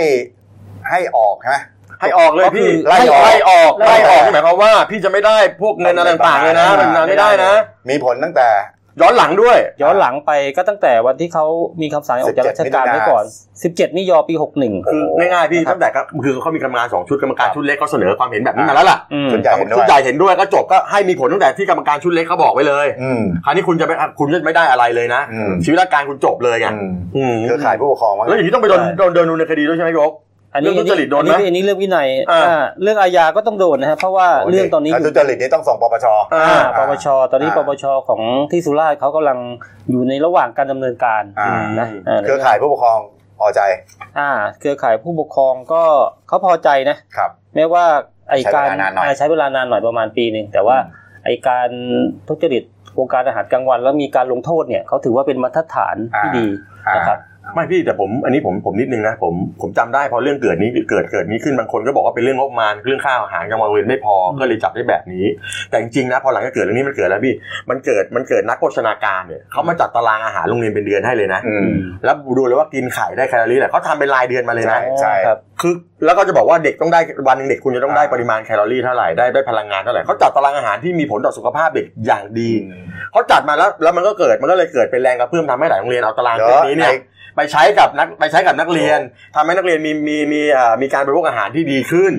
ให้ออกใช่ไหม ให้ออกเลย ก็คือ พี่ ไล่ออก ไล่ออก ไล่ ไล่ อ อ อ อก กนี่หมายความว่าพี่จะไม่ได้พวกเงินอะไรต่างๆเลยนะเป็นงานไม่ได้นะ มีผลตั้งแต่ ย้อนหลังด้วย ย้อนหลังไปก็ตั้งแต่วันที่เขามีคำสั่งให้ออกจาก 17 ราชการไว้ก่อน 17มิยอปี 61 คือ โอ้โห ง่ายๆพี่ นะครับ ตั้งแต่ก็คือเขามีกรรมการสองชุดกรรมการ ครับ ชุดเล็กเขาเสนอความเห็นแบบนี้มาแล้วล่ะ อืม ส่วนใหญ่เห็นด้ ชุ ว ด ย ใหญ่เห็นด้วยก็จบก็ให้มีผลตั้งแต่ที่กรรมการชุดเล็กเขาบอกไว้เลย อืม คราวนี้คุณจะไม่คุณจะไม่ได้อะไรเลยนะ อืม ชีวิตราชการคุณจบเลยไง อืม อืม เครือข่ายผู้ปกครองว่า แล้วอย่างนี้ต้องไปโดนโดนโดนดำเนินคดีด้วยใช่ไหมพี่โอ๊ค อันนี้ เรื่องทุจริตโดนไหม อัอันนี้เรื่องวินัย อ่า อ่าเรื่องอาญาก็ต้องโดนนะฮะเพราะว่าเรื่องตอนนี้ แล้วทุจริตนี้ต้องส่งปปช อ่าปปชตอนนี้ อ่า ปปชของที่สุราษฎร์เขากำลังอยู่ในระหว่างการดำเนินการ อ่า นะอ่า เครือข่ายผู้ปกครองพอใจ อ่าเครือข่ายผู้ปกครองก็เขาพอใจนะครับ แม้ว่าไอการ ใช้เวลานานหน่อย ใช้เวลานานหน่อยประมาณปีหนึ่งแต่ว่าไอการทุจริตโครงการอาหารกลางวัน แล้วมีการลงโทษเนี่ยเขาถือว่าเป็นมาตรฐานที่ อ่า ดีนะครับ ไม่พี่แต่ผมอันนี้ผมผมนิดนึงนะผมผมจำได้พอเรื่องเกิดนี้เกิดเกิดนี้ขึ้นบางคนก็บอกว่าเป็นเรื่องงบประมาณเรื่องค่าอาหารกลางวันโรงเรียนไม่พอก็เลยจับได้แบบนี้ แต่จริงๆนะพอหลังจากเกิดเรื่องนี้มันเกิดแล้วพี่มันเกิดมันเกิดนักโภชนาการเนี่ยเขามาจัดตารางอาหารโรงเรียนเป็นเดือนให้เลยนะ อืม แล้วดูเลยว่ากินไข่ได้แคลอรี่แหละเขาทำเป็นรายเดือนมาเลย ใช่ นะ ใช่ ครับ คือแล้วก็จะบอกว่าเด็กต้องได้วันหนึงเด็กคุณจะต้องได้ปริมาณแคลอรี่เท่าไหร่ได้ได้พลังงานเท่าไหร่เขาจัดตารางอาหารที่มีผลต่อสุขภาพเด็กอย่างดีเขาจัดมาแล้วแล้วมันก็เกิดมันก็เลยเกิดเป็นแรงกระเพื่อมทำให้หลายโรงเรียนเอาตาราง เดี๋ย เซต ว นี้ ใน เนี่ยไปใช้กับนักไปใช้กับนักเรียนทำให้นักเรียนมีมีมีเอ่อมีการบริโภคอาหารที่ดีขึ้น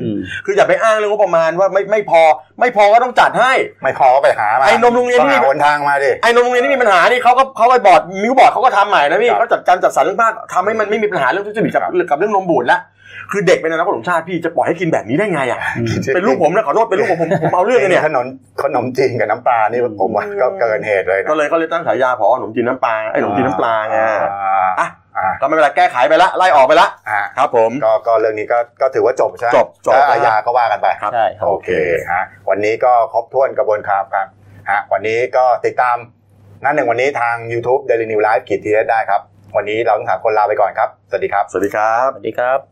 คืออย่าไปอ้างเรื่องงบประมาณว่าไม่ไม่พอไม่พอก็ต้องจัดให้ ไม่พอก็ไปหามา ไอ้นมโรงเรียน ต้อ นี่ หาหนทางมาดิ ไอ้นมโรงเรียนนี่มีปัญหานี่เขาก็เขาไปบอร์ดมิวบอร์ดเขาก็ทำใหม่นะพี่ ครับ เขาจัดการจัดสรรเรื่องมากทำให้มันไม่มีปัญหาเรื่องทุจริตกับ ครับ กับเรื่องนมบูดละคือเด็กเป็นอนาคตของชาติพี่จะปล่อยให้กินแบบนี้ได้ไง *laughs* อ่ะเป็นลูกผมนะขอโทษเป็นลูกผมผมผมเอาเรื่องเลยเนี่ย ขนมขนมจีนกับน้ำปลานี่ผมว่าก็เกินเหตุเลยนะ ก็เลยก็เลยตั้งฉายาพอหนมจีนน้ำปลาไอ้หนมจีนน้ำปลาไง อ่า อ่ะ อ่า ก็ไม่เป็นไรแก้ไขไปละไล่ออกไปละ อ่า ครับผม ก็ก็เรื่องนี้ก็ก็ถือว่าจบใช่ไหม จบจบ แล้วอาญาก็ว่ากันไป ใช่ครับ โอเคฮะวันนี้ก็ครบถ้วนกระบวนการครับฮะวันนี้ก็ติดตามหนั่นหนึ่งวันนี้ทาง YouTube Daily New Life กีดทีได้ครับ วันนี้เราทั้งสามคนลาไปก่อนครับ สวัสดีครับ สวัสดีครับ สวัสดีครับ